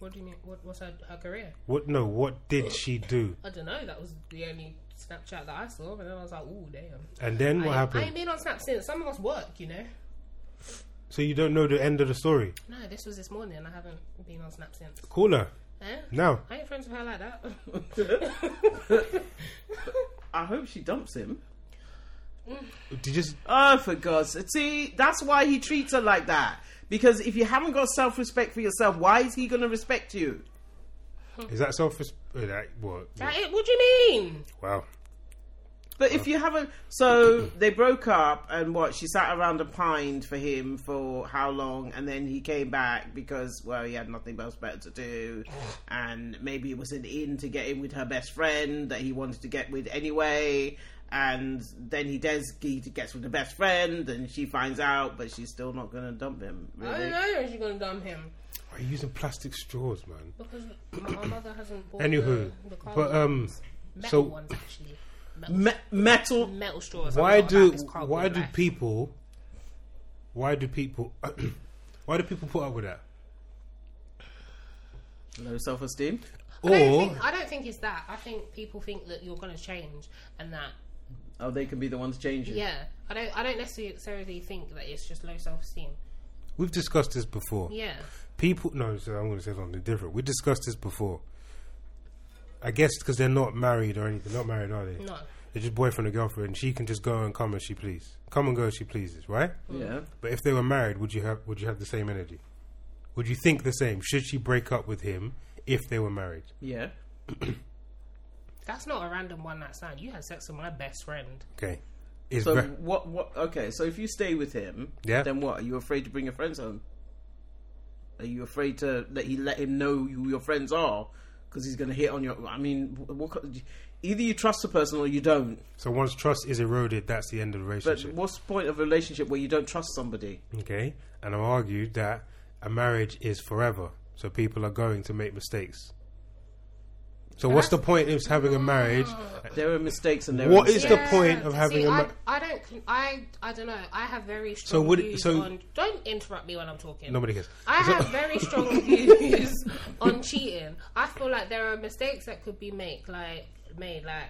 [SPEAKER 1] What do you mean? What, what's her, her career?
[SPEAKER 2] What? No. What did she do?
[SPEAKER 1] I don't know. That was the only Snapchat that I saw, and then I was like, "Ooh, damn."
[SPEAKER 2] And then
[SPEAKER 1] I, I
[SPEAKER 2] what
[SPEAKER 1] ain't
[SPEAKER 2] happened?
[SPEAKER 1] been on Snap since. Some of us work, you know.
[SPEAKER 2] So you don't know the end of the story.
[SPEAKER 1] No, this was this morning. I haven't been on Snap since.
[SPEAKER 2] Call her
[SPEAKER 1] Eh?
[SPEAKER 2] now.
[SPEAKER 1] I ain't friends with her like that. <laughs>
[SPEAKER 3] I hope she dumps him.
[SPEAKER 2] Did you just
[SPEAKER 3] Oh, for God's sake. See, that's why he treats her like that. Because if you haven't got self respect for yourself, why is he going to respect you?
[SPEAKER 2] is that self? That what?
[SPEAKER 1] Oh. That it? What do you mean?
[SPEAKER 2] Wow.
[SPEAKER 3] But if you haven't. So they broke up, and what? She sat around and pined for him for how long? And then he came back because, well, he had nothing else better to do. And maybe it was an in to get in with her best friend that he wanted to get with anyway. And then he does, he gets with the best friend, and she finds out, but she's still not going to dump him. Really?
[SPEAKER 1] I don't know if she's gonna dump him
[SPEAKER 2] Why are you using plastic straws, man?
[SPEAKER 1] because my, my mother hasn't bought
[SPEAKER 2] Anywho,
[SPEAKER 1] the, the car
[SPEAKER 2] but um,
[SPEAKER 1] metal
[SPEAKER 2] so-
[SPEAKER 1] ones actually. Metal,
[SPEAKER 3] Me- metal
[SPEAKER 1] metal straws. I'm
[SPEAKER 2] why
[SPEAKER 1] not
[SPEAKER 2] do
[SPEAKER 1] about this cardboard
[SPEAKER 2] why do
[SPEAKER 1] life.
[SPEAKER 2] people why do people <coughs> why do people put up with that?
[SPEAKER 3] low self-esteem
[SPEAKER 1] I don't,
[SPEAKER 2] Or
[SPEAKER 1] think, I don't think it's that. I think people think that you're gonna change and that
[SPEAKER 3] oh they can be the ones changing
[SPEAKER 1] yeah. I don't. I don't necessarily think that it's just low self esteem.
[SPEAKER 2] we've discussed this before.
[SPEAKER 1] Yeah.
[SPEAKER 2] People, no, so I'm going to say something different. We discussed this before. I guess because they're not married or anything. Not married, are they?
[SPEAKER 1] No.
[SPEAKER 2] They're just boyfriend and girlfriend. She can just go and come as she please, come and go as she pleases, right?
[SPEAKER 3] yeah
[SPEAKER 2] But if they were married, would you have would you have the same energy? Would you think the same? Should she break up with him if they were married?
[SPEAKER 3] yeah
[SPEAKER 1] That's not a random one night stand. You had sex with my best friend.
[SPEAKER 2] Okay, is
[SPEAKER 3] so
[SPEAKER 2] ver-
[SPEAKER 3] what what okay so if you stay with him
[SPEAKER 2] Yeah.
[SPEAKER 3] then what are you afraid to bring your friends home are you afraid to that he let him know who your friends are because he's going to hit on your i mean what, co- either you trust the person or you don't
[SPEAKER 2] so once trust is eroded, that's the end of the
[SPEAKER 3] but
[SPEAKER 2] relationship.
[SPEAKER 3] what's the point of a relationship where you don't trust somebody
[SPEAKER 2] Okay, and I've argued that a marriage is forever, so people are going to make mistakes. So what's the point of having a marriage?
[SPEAKER 1] Oh.
[SPEAKER 3] there are mistakes and there
[SPEAKER 2] What
[SPEAKER 3] are
[SPEAKER 2] is the point of having
[SPEAKER 1] See,
[SPEAKER 2] a
[SPEAKER 1] I,
[SPEAKER 2] ma-
[SPEAKER 1] I don't. con- I I don't know. I have very strong
[SPEAKER 2] would it-
[SPEAKER 1] views
[SPEAKER 2] so-
[SPEAKER 1] on. Don't interrupt me when I'm talking.
[SPEAKER 2] Nobody cares.
[SPEAKER 1] I
[SPEAKER 2] So-
[SPEAKER 1] have very strong views on cheating. I feel like there are mistakes that could be made, like made, like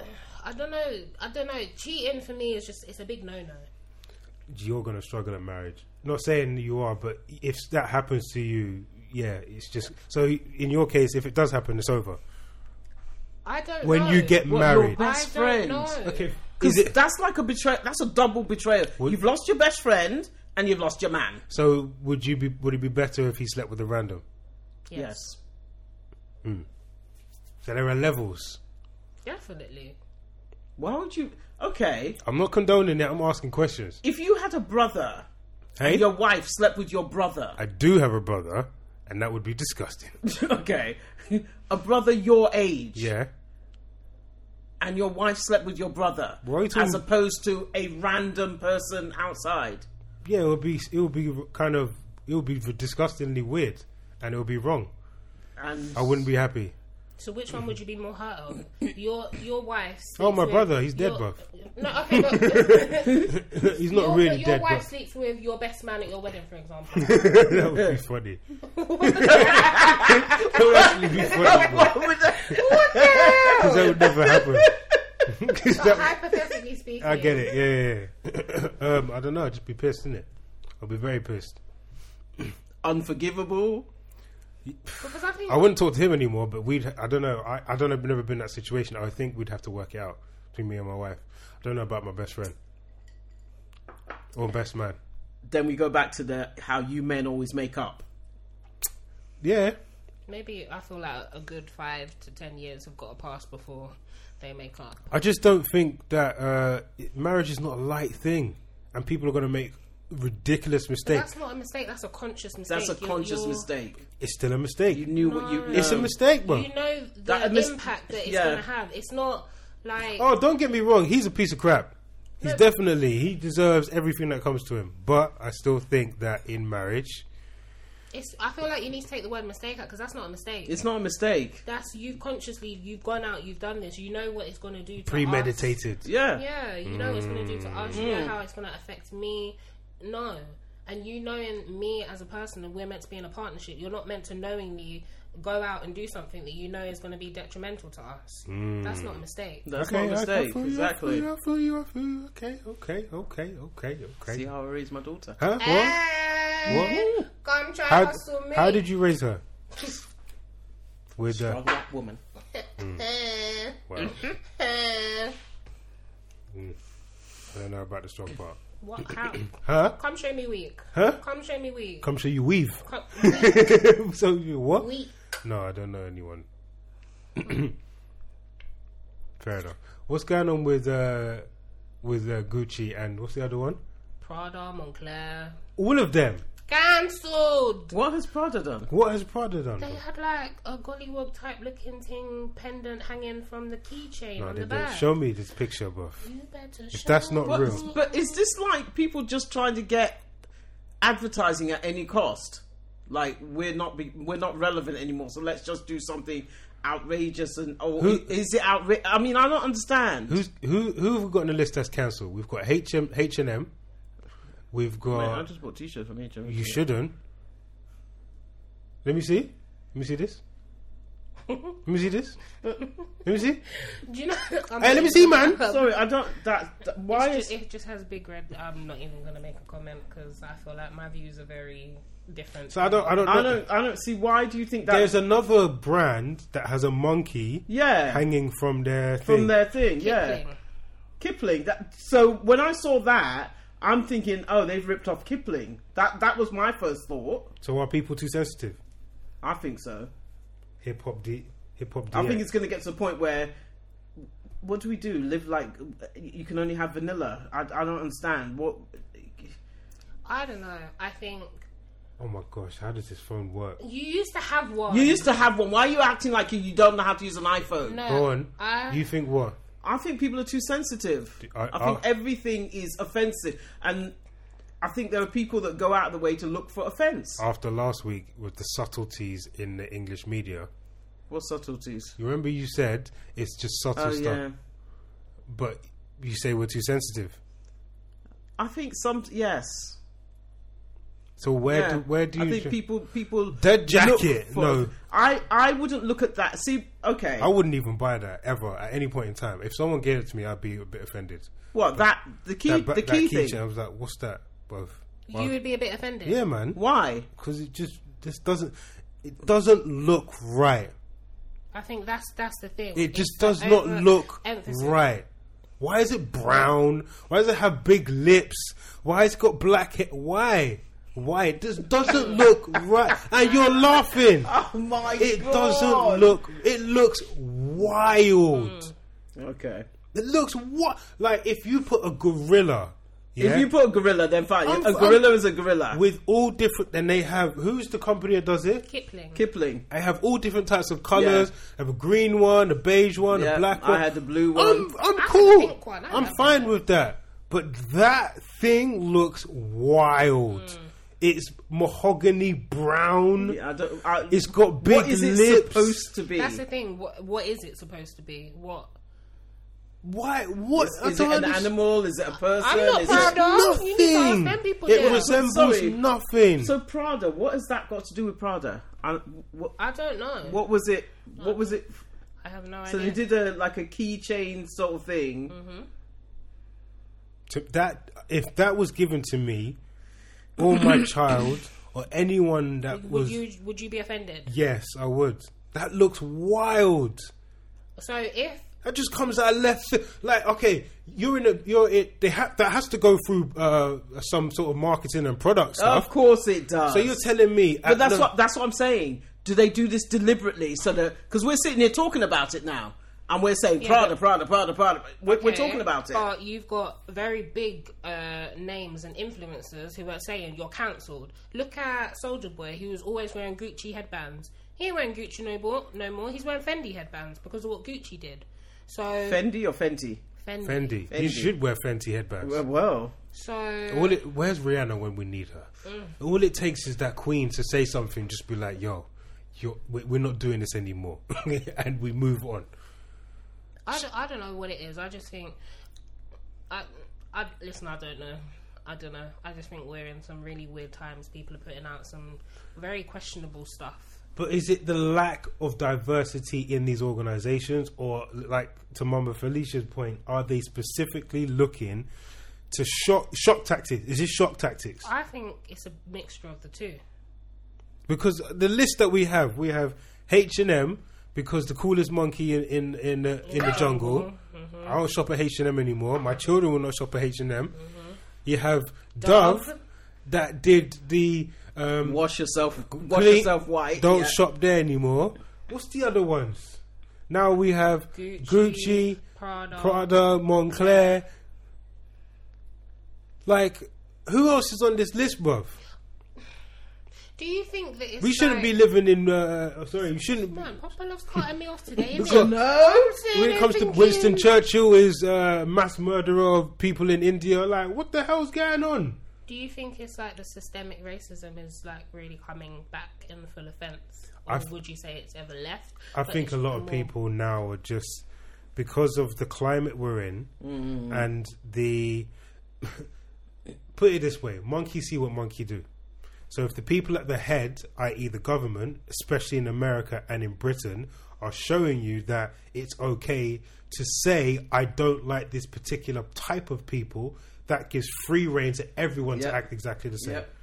[SPEAKER 1] uh, I don't know. I don't know. Cheating for me is just it's a big no no.
[SPEAKER 2] <laughs> You're going to struggle in marriage. Not saying you are, but if that happens to you, yeah, it's just so. In your case, if it does happen, it's over.
[SPEAKER 1] I don't.
[SPEAKER 2] When
[SPEAKER 1] know.
[SPEAKER 2] you get
[SPEAKER 3] What, your
[SPEAKER 2] married,
[SPEAKER 3] best
[SPEAKER 1] I don't
[SPEAKER 3] friend?
[SPEAKER 1] know.
[SPEAKER 2] okay,
[SPEAKER 3] Because that's like a betray. That's a double betrayal.
[SPEAKER 2] Would-
[SPEAKER 3] You've lost your best friend and you've lost your man.
[SPEAKER 2] So would you be? Would it be better if he slept with a random?
[SPEAKER 1] Yes.
[SPEAKER 3] Yes.
[SPEAKER 2] So there are levels.
[SPEAKER 1] Definitely.
[SPEAKER 3] Why would you? Okay,
[SPEAKER 2] I'm not condoning it. I'm asking questions.
[SPEAKER 3] if you had a brother,
[SPEAKER 2] Hey,
[SPEAKER 3] your wife slept with your brother. <laughs>
[SPEAKER 2] I do have a brother, and that would
[SPEAKER 1] <laughs>
[SPEAKER 2] be disgusting.
[SPEAKER 3] okay, a brother your age,
[SPEAKER 2] Yeah.
[SPEAKER 3] and your wife slept with your brother,
[SPEAKER 2] Why are you talking-
[SPEAKER 3] as opposed to a random person outside.
[SPEAKER 2] Yeah, it would be. It would be kind of. It would be disgustingly weird, and it would be wrong. <laughs>
[SPEAKER 3] And
[SPEAKER 2] I wouldn't be happy.
[SPEAKER 1] So which one would you be more hurt of? Your your wife. Sleeps
[SPEAKER 2] Oh, my
[SPEAKER 1] with
[SPEAKER 2] brother, he's dead,
[SPEAKER 1] your-
[SPEAKER 2] bruv.
[SPEAKER 1] No, okay, but
[SPEAKER 2] He's <laughs> not
[SPEAKER 1] your,
[SPEAKER 2] really
[SPEAKER 1] your
[SPEAKER 2] dead,
[SPEAKER 1] wife
[SPEAKER 2] but
[SPEAKER 1] sleeps with your best man at your wedding, for example.
[SPEAKER 2] <laughs> that would be funny. <laughs> that would actually be funny, bro.
[SPEAKER 3] <laughs> What would that-
[SPEAKER 2] Because that would never happen. 'Cause that-
[SPEAKER 1] Hypothetically speaking,
[SPEAKER 2] I get it. Yeah, yeah. yeah. um, I don't know. I'd just be pissed, innit? I'll be very pissed.
[SPEAKER 3] <laughs> unforgivable.
[SPEAKER 1] Because I think
[SPEAKER 2] I wouldn't talk to him anymore, but we'd. I don't know. I, I don't know. I've never been in that situation. I would think we'd have to work it out between me and my wife. I don't know about my best friend or best man.
[SPEAKER 3] Then we go back to the how you men always make up.
[SPEAKER 2] Yeah.
[SPEAKER 1] maybe I feel like a good five to ten years have got to pass before they make up.
[SPEAKER 2] I just don't think that uh, marriage is not a light thing, and people are going to make ridiculous mistakes.
[SPEAKER 1] That's not a mistake. That's a conscious mistake.
[SPEAKER 3] That's a
[SPEAKER 1] You're-
[SPEAKER 3] conscious
[SPEAKER 1] you're-
[SPEAKER 3] mistake.
[SPEAKER 2] It's still a mistake.
[SPEAKER 3] You knew what you.
[SPEAKER 2] it's a
[SPEAKER 3] no.
[SPEAKER 2] mistake, bro.
[SPEAKER 1] You know the
[SPEAKER 3] That- a mis-
[SPEAKER 1] impact that it's
[SPEAKER 3] yeah.
[SPEAKER 1] going to have. It's not like
[SPEAKER 2] Oh, don't get me wrong. He's a piece of crap. He's definitely he deserves everything that comes to him. But I still think that in marriage,
[SPEAKER 1] it's. I feel like you need to take the word mistake out because that's not a mistake.
[SPEAKER 3] It's not a mistake.
[SPEAKER 1] that's you've consciously you've gone out, you've done this. You know what it's going to do. to us.
[SPEAKER 2] premeditated.
[SPEAKER 3] Yeah.
[SPEAKER 1] Yeah, you know what it's going to do to us. You know how it's going to affect me. No. And you knowing me as a person and we're meant to be in a partnership, you're not meant to knowingly go out and do something that you know is going to be detrimental to us.
[SPEAKER 2] Mm.
[SPEAKER 1] That's not a mistake.
[SPEAKER 3] That's
[SPEAKER 2] Okay,
[SPEAKER 3] not a mistake.
[SPEAKER 2] I, I feel
[SPEAKER 3] exactly.
[SPEAKER 2] You, I feel you. I feel you. Okay, okay, okay, okay, okay.
[SPEAKER 3] See how Ah, I raise my daughter.
[SPEAKER 2] Huh? What?
[SPEAKER 1] Hey, Come try
[SPEAKER 2] How,
[SPEAKER 1] hustle me.
[SPEAKER 2] how did you raise
[SPEAKER 3] <laughs>
[SPEAKER 2] her? With uh,
[SPEAKER 3] Strong black woman.
[SPEAKER 1] Eh,
[SPEAKER 2] wow.
[SPEAKER 1] eh.
[SPEAKER 2] I don't know about the strong part.
[SPEAKER 1] What? How?
[SPEAKER 2] Huh?
[SPEAKER 1] Come show me weak.
[SPEAKER 2] Huh?
[SPEAKER 1] Come show me weak.
[SPEAKER 2] Come show you <laughs> weave.
[SPEAKER 1] Come,
[SPEAKER 2] so you what?
[SPEAKER 1] weak.
[SPEAKER 2] No, I don't know anyone. <clears throat> Fair enough. What's going on with uh, with uh, Gucci and what's the other one?
[SPEAKER 1] Prada, Montclair.
[SPEAKER 2] All of them.
[SPEAKER 1] Cancelled.
[SPEAKER 3] What has Prada done?
[SPEAKER 2] What has Prada done?
[SPEAKER 1] They had like a gollywog type looking thing pendant hanging from the keychain
[SPEAKER 2] No,
[SPEAKER 1] on
[SPEAKER 2] they
[SPEAKER 1] the
[SPEAKER 2] didn't.
[SPEAKER 1] back.
[SPEAKER 2] Show me this picture, buff.
[SPEAKER 1] you better
[SPEAKER 2] If that's not
[SPEAKER 3] What-
[SPEAKER 2] real,
[SPEAKER 3] But is this like people just trying to get advertising at any cost? Like we're not be, we're not relevant anymore, so let's just do something outrageous and oh,
[SPEAKER 2] Who-
[SPEAKER 3] is it outrageous? I mean, I don't understand.
[SPEAKER 2] who's who? Who have we got on the list that's cancelled? We've got H and M. We've
[SPEAKER 3] Man, I
[SPEAKER 2] got.
[SPEAKER 3] just bought t-shirts from H&M.
[SPEAKER 2] You shouldn't. Let me see. Let me see
[SPEAKER 1] <laughs>
[SPEAKER 2] this. Let me see this. Let me see.
[SPEAKER 1] Do you know? I'm
[SPEAKER 2] <laughs> Hey, let me
[SPEAKER 1] <laughs>
[SPEAKER 2] see, man.
[SPEAKER 3] Sorry, I don't. That, that- why
[SPEAKER 1] It
[SPEAKER 3] is
[SPEAKER 1] just, it just has big red. I'm not even gonna make a comment because I feel like my views are very different.
[SPEAKER 2] So I don't. I don't.
[SPEAKER 3] I
[SPEAKER 2] know.
[SPEAKER 3] don't I don't see why do you think that?
[SPEAKER 2] There's another brand that has a monkey
[SPEAKER 3] yeah,
[SPEAKER 2] hanging from their thing.
[SPEAKER 3] from their thing. Yeah,
[SPEAKER 1] Kipling.
[SPEAKER 3] Kipling. That so when I saw that, I'm thinking, oh, they've ripped off Kipling. That that was my first thought.
[SPEAKER 2] So are people too sensitive?
[SPEAKER 3] I think so.
[SPEAKER 2] Hip hop D. Hip hop D.
[SPEAKER 3] I think it's going to get to the point where what do we do? Live like you can only have vanilla. I, I don't understand what.
[SPEAKER 1] I don't know. I think
[SPEAKER 2] Oh my gosh! How does this phone work?
[SPEAKER 1] you used to have one.
[SPEAKER 3] You used to have one. Why are you acting like you, you don't know how to use an iPhone?
[SPEAKER 1] no,
[SPEAKER 2] Go on.
[SPEAKER 1] I,
[SPEAKER 2] you think what?
[SPEAKER 3] I think people are too sensitive.
[SPEAKER 2] Do-
[SPEAKER 3] I,
[SPEAKER 2] I-
[SPEAKER 3] think
[SPEAKER 2] I-
[SPEAKER 3] everything is offensive, and I think there are people that go out of the way to look for offense.
[SPEAKER 2] After last week with the subtleties in the English media,
[SPEAKER 3] what subtleties?
[SPEAKER 2] you remember you said it's just subtle
[SPEAKER 3] Oh
[SPEAKER 2] stuff,
[SPEAKER 3] yeah,
[SPEAKER 2] but you say we're too sensitive.
[SPEAKER 3] I think some. Yes.
[SPEAKER 2] So where
[SPEAKER 3] Yeah.
[SPEAKER 2] do where do you?
[SPEAKER 3] I think
[SPEAKER 2] dra-
[SPEAKER 3] people people
[SPEAKER 2] Dead jacket,
[SPEAKER 3] look for-
[SPEAKER 2] no.
[SPEAKER 3] I I wouldn't look at that. See, okay.
[SPEAKER 2] I wouldn't even buy that ever at any point in time. If someone gave it to me, I'd be a bit offended.
[SPEAKER 3] What that the key
[SPEAKER 2] That, ba-
[SPEAKER 3] the
[SPEAKER 2] that
[SPEAKER 3] key
[SPEAKER 2] keychain,
[SPEAKER 3] thing?
[SPEAKER 2] I was like, what's that, both?
[SPEAKER 1] you would be a bit offended.
[SPEAKER 2] Yeah, man.
[SPEAKER 3] Why?
[SPEAKER 2] because it just this doesn't it doesn't look right.
[SPEAKER 1] I think that's that's the thing.
[SPEAKER 2] It just
[SPEAKER 1] It's
[SPEAKER 2] does
[SPEAKER 1] the
[SPEAKER 2] not
[SPEAKER 1] over-
[SPEAKER 2] look
[SPEAKER 1] emphasis.
[SPEAKER 2] right. Why is it brown? Why does it have big lips? Why has it got black hair? Why? Why? This
[SPEAKER 3] <laughs>
[SPEAKER 2] doesn't look right. And you're laughing.
[SPEAKER 3] Oh my
[SPEAKER 2] It doesn't look. It looks wild.
[SPEAKER 3] Mm. Okay.
[SPEAKER 2] It looks what? Like if you put a gorilla. Yeah?
[SPEAKER 3] If you put a gorilla, then fine.
[SPEAKER 2] I'm-
[SPEAKER 3] a
[SPEAKER 2] I'm-
[SPEAKER 3] gorilla is a gorilla.
[SPEAKER 2] with all different, then they have who's the company that does it?
[SPEAKER 1] Kipling.
[SPEAKER 3] Kipling.
[SPEAKER 2] They have all different types of colors. They have a green one, a beige one,
[SPEAKER 3] Yeah,
[SPEAKER 2] a black one.
[SPEAKER 3] I had the blue one.
[SPEAKER 2] I'm, I'm
[SPEAKER 1] had
[SPEAKER 2] cool.
[SPEAKER 1] the pink one. I
[SPEAKER 2] I'm
[SPEAKER 1] love
[SPEAKER 2] fine with that. But that thing looks wild.
[SPEAKER 1] Mm.
[SPEAKER 2] It's mahogany brown.
[SPEAKER 3] Yeah, I don't, I,
[SPEAKER 2] It's got big
[SPEAKER 3] what is it
[SPEAKER 2] lips.
[SPEAKER 3] supposed to be?
[SPEAKER 1] That's the thing. What what is it supposed to be? What?
[SPEAKER 2] Why? What? I
[SPEAKER 3] is it
[SPEAKER 2] don't
[SPEAKER 3] an
[SPEAKER 2] understand.
[SPEAKER 3] animal? Is it a person?
[SPEAKER 1] I'm not
[SPEAKER 3] is
[SPEAKER 1] proud
[SPEAKER 3] it,
[SPEAKER 1] of. You need to ask
[SPEAKER 2] Nothing.
[SPEAKER 1] them people
[SPEAKER 2] It
[SPEAKER 1] there.
[SPEAKER 2] resembles
[SPEAKER 3] Sorry.
[SPEAKER 2] nothing.
[SPEAKER 3] <laughs> so Prada. What has that got to do with Prada? I, what,
[SPEAKER 1] I don't know.
[SPEAKER 3] what was it? What was it?
[SPEAKER 1] I have no
[SPEAKER 3] So
[SPEAKER 1] idea.
[SPEAKER 3] they did a like a keychain sort of thing.
[SPEAKER 1] Mm-hmm.
[SPEAKER 2] to that if that was given to me or
[SPEAKER 3] <coughs>
[SPEAKER 2] my child or anyone that
[SPEAKER 1] would
[SPEAKER 2] was
[SPEAKER 1] you would you be offended?
[SPEAKER 2] yes i would that looks wild
[SPEAKER 1] So if
[SPEAKER 2] that just comes out of left fi- like okay you're in a you're it they have that has to go through uh some sort of marketing and product
[SPEAKER 3] Of
[SPEAKER 2] stuff
[SPEAKER 3] course it does.
[SPEAKER 2] so you're telling me
[SPEAKER 3] But that's what that's what I'm saying. Do they do this deliberately so that because we're sitting here talking about it now and we're saying
[SPEAKER 1] Yeah,
[SPEAKER 3] Prada,
[SPEAKER 1] but-
[SPEAKER 3] Prada, Prada, Prada. We're, we're
[SPEAKER 1] okay,
[SPEAKER 3] talking about it.
[SPEAKER 1] but you've got very big uh, names and influencers who are saying you're cancelled. Look at Soldier Boy, who was always wearing Gucci headbands. He ain't wearing Gucci no more. No more. He's wearing Fendi headbands because of what Gucci did. So
[SPEAKER 3] Fendi or Fenty?
[SPEAKER 1] Fendi.
[SPEAKER 2] fendi. you
[SPEAKER 3] Fendi.
[SPEAKER 2] should wear fendi headbands
[SPEAKER 3] Well, well.
[SPEAKER 1] So
[SPEAKER 2] all it, where's rihanna when we need her
[SPEAKER 3] Mm.
[SPEAKER 2] all it takes is that queen to say something just be like yo you're, we- we're not doing this anymore <laughs> and we move on
[SPEAKER 1] I don't, I don't know what it is. I just think I I listen. I don't know. I don't know. I just think we're in some really weird times. People are putting out some very questionable stuff.
[SPEAKER 2] But is it the lack of diversity in these organizations, or like to Mama Felicia's point, are they specifically looking to shock shock tactics? Is this shock tactics?
[SPEAKER 1] I think it's a mixture of the two.
[SPEAKER 2] Because the list that we have, we have H and M because the coolest monkey in in in the, in the jungle. I don't shop at H and M anymore. My children will not shop at H and M. You have Dove,
[SPEAKER 1] Dove.
[SPEAKER 2] that did the um,
[SPEAKER 3] Wash yourself. Wash
[SPEAKER 2] Clean-
[SPEAKER 3] yourself white.
[SPEAKER 2] Don't
[SPEAKER 3] yeah.
[SPEAKER 2] shop there anymore. What's the other ones? Now we have Gucci,
[SPEAKER 1] Gucci, Prada.
[SPEAKER 2] Prada, Montclair. Like, who else is on this list, bruv?
[SPEAKER 1] Do you think that it's
[SPEAKER 2] We shouldn't be
[SPEAKER 1] like-
[SPEAKER 2] living in. Uh, oh, sorry, we shouldn't.
[SPEAKER 1] Man, Papa loves cutting me off today.
[SPEAKER 2] So-
[SPEAKER 1] Isn't it?
[SPEAKER 3] No.
[SPEAKER 2] When it comes to Winston Churchill, is uh, mass murderer of people in India. Like, what the hell's going on?
[SPEAKER 1] do you think it's like the systemic racism is like really coming back in full offence, or
[SPEAKER 2] I th-
[SPEAKER 1] would you say it's ever left?
[SPEAKER 2] I
[SPEAKER 1] But
[SPEAKER 2] think
[SPEAKER 1] it's
[SPEAKER 2] a lot of
[SPEAKER 1] more-
[SPEAKER 2] people now are just because of the climate we're in
[SPEAKER 1] Mm-hmm.
[SPEAKER 2] and the <laughs> put it this way, monkey see what monkey do. So if the people at the head, i.e. the government, especially in America and in Britain, are showing you that it's okay to say I don't like this particular type of people, that gives free reign to everyone
[SPEAKER 3] Yep.
[SPEAKER 2] to act exactly the same.
[SPEAKER 3] Yep.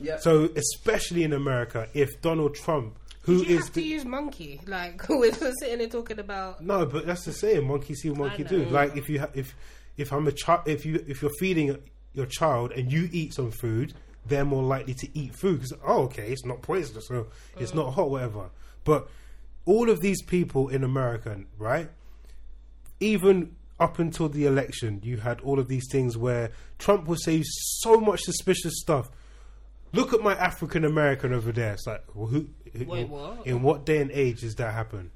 [SPEAKER 3] Yep.
[SPEAKER 2] So especially in America, if Donald Trump who
[SPEAKER 1] Did you
[SPEAKER 2] is
[SPEAKER 1] have
[SPEAKER 2] the,
[SPEAKER 1] to use monkey? Like <laughs> we're sitting here talking about
[SPEAKER 2] No, but that's the same. Monkey see, monkey do.
[SPEAKER 1] know.
[SPEAKER 2] Like if you ha- if if I'm a child, if you if you're feeding your child and you eat some food, they're more likely to eat food 'Cause, oh, okay, it's not poisonous, so it's not hot, whatever. But all of these people in America, right? Even up until the election, you had all of these things where Trump would say so much suspicious stuff. Look at my African American over there. It's like, well, who, who-
[SPEAKER 1] Wait, what?
[SPEAKER 2] In what day and age does that happen?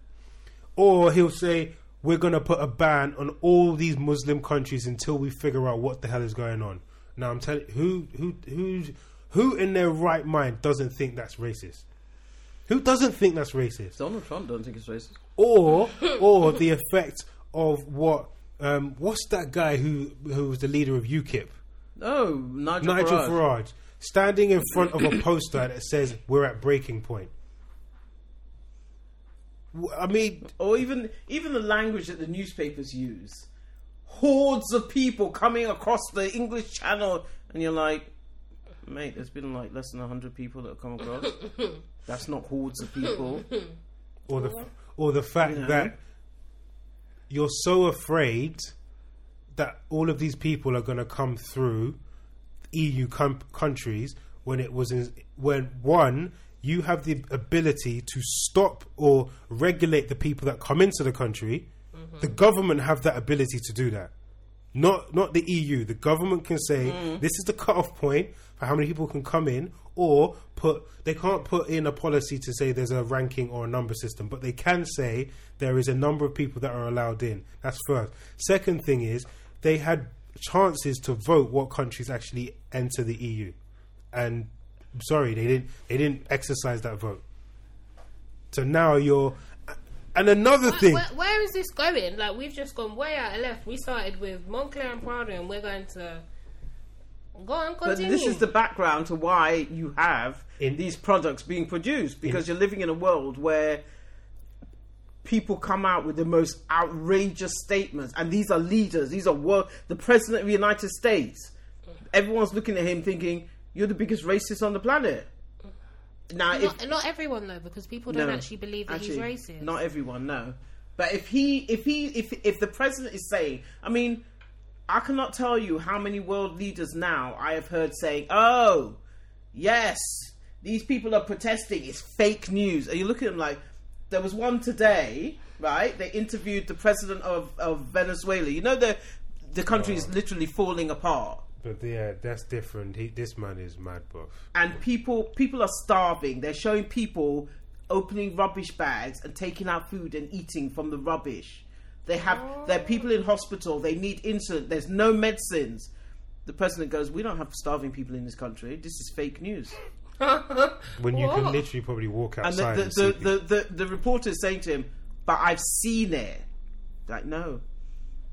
[SPEAKER 2] or he'll say we're going to put a ban on all these Muslim countries until we figure out what the hell is going on. Now I'm telling who who who who in their right mind doesn't think that's racist? Who doesn't think that's racist?
[SPEAKER 3] Donald Trump don't think it's racist.
[SPEAKER 2] Or or the effect of what um, what's that guy who who was the leader of UKIP?
[SPEAKER 3] No, Nigel,
[SPEAKER 2] Nigel
[SPEAKER 3] Farage.
[SPEAKER 2] Farage standing in front of a poster that says we're at breaking point. W- I mean,
[SPEAKER 3] or even even the language that the newspapers use. Hordes of people coming across the English Channel, and you're like, mate, there's been like less than hundred people that have come
[SPEAKER 1] <laughs>
[SPEAKER 3] across. That's not hordes of people.
[SPEAKER 2] or the or the fact that you're so afraid that all of these people are going to come through EU E com- countries when it was in, when one you have the ability to stop or regulate the people that come into the country. The government have that ability to do that. Not not the EU. The government can say this is the cutoff point for how many people can come in, or put they can't put in a policy to say there's a ranking or a number system, but they can say there is a number of people that are allowed in. That's first. Second thing is they had chances to vote what countries actually enter the EU, and I'm sorry they didn't they didn't exercise that vote. So now you're, and another
[SPEAKER 1] Where-
[SPEAKER 2] thing.
[SPEAKER 1] Where, where is this going? Like we've just gone way out of left. We started with Montclair and Prada, and we're going to go on
[SPEAKER 3] But
[SPEAKER 1] continue.
[SPEAKER 3] this is the background to why you have
[SPEAKER 2] In-
[SPEAKER 3] these products being produced because you're living in a world where people come out with the most outrageous statements, and these are leaders. These are world. The president of the United States. Everyone's looking at him, thinking you're the biggest racist on the planet. Now, if
[SPEAKER 1] not, not everyone though, because people don't
[SPEAKER 3] no,
[SPEAKER 1] actually believe that he's racist.
[SPEAKER 3] Not everyone, no. But if he, if he, if if the president is saying, I mean, I cannot tell you how many world leaders now I have heard saying, "Oh, yes, these people are protesting. It's fake news." And you look at them like there was one today, right? They interviewed the president of, of Venezuela. You know the the country is literally falling apart.
[SPEAKER 2] But yeah, that's different. He, this man is mad buff.
[SPEAKER 3] and people people are starving. They're showing people opening rubbish bags and taking out food and eating from the rubbish. They have there are people in hospital. They need insulin. There's no medicines. The president goes, "We don't have starving people in this country. This is fake news."
[SPEAKER 2] When you
[SPEAKER 1] What?
[SPEAKER 2] can literally probably walk
[SPEAKER 3] And
[SPEAKER 2] outside
[SPEAKER 3] the
[SPEAKER 2] and
[SPEAKER 3] the,
[SPEAKER 2] see
[SPEAKER 3] the, the, the the reporter is saying to him, "But I've seen it." Like, no,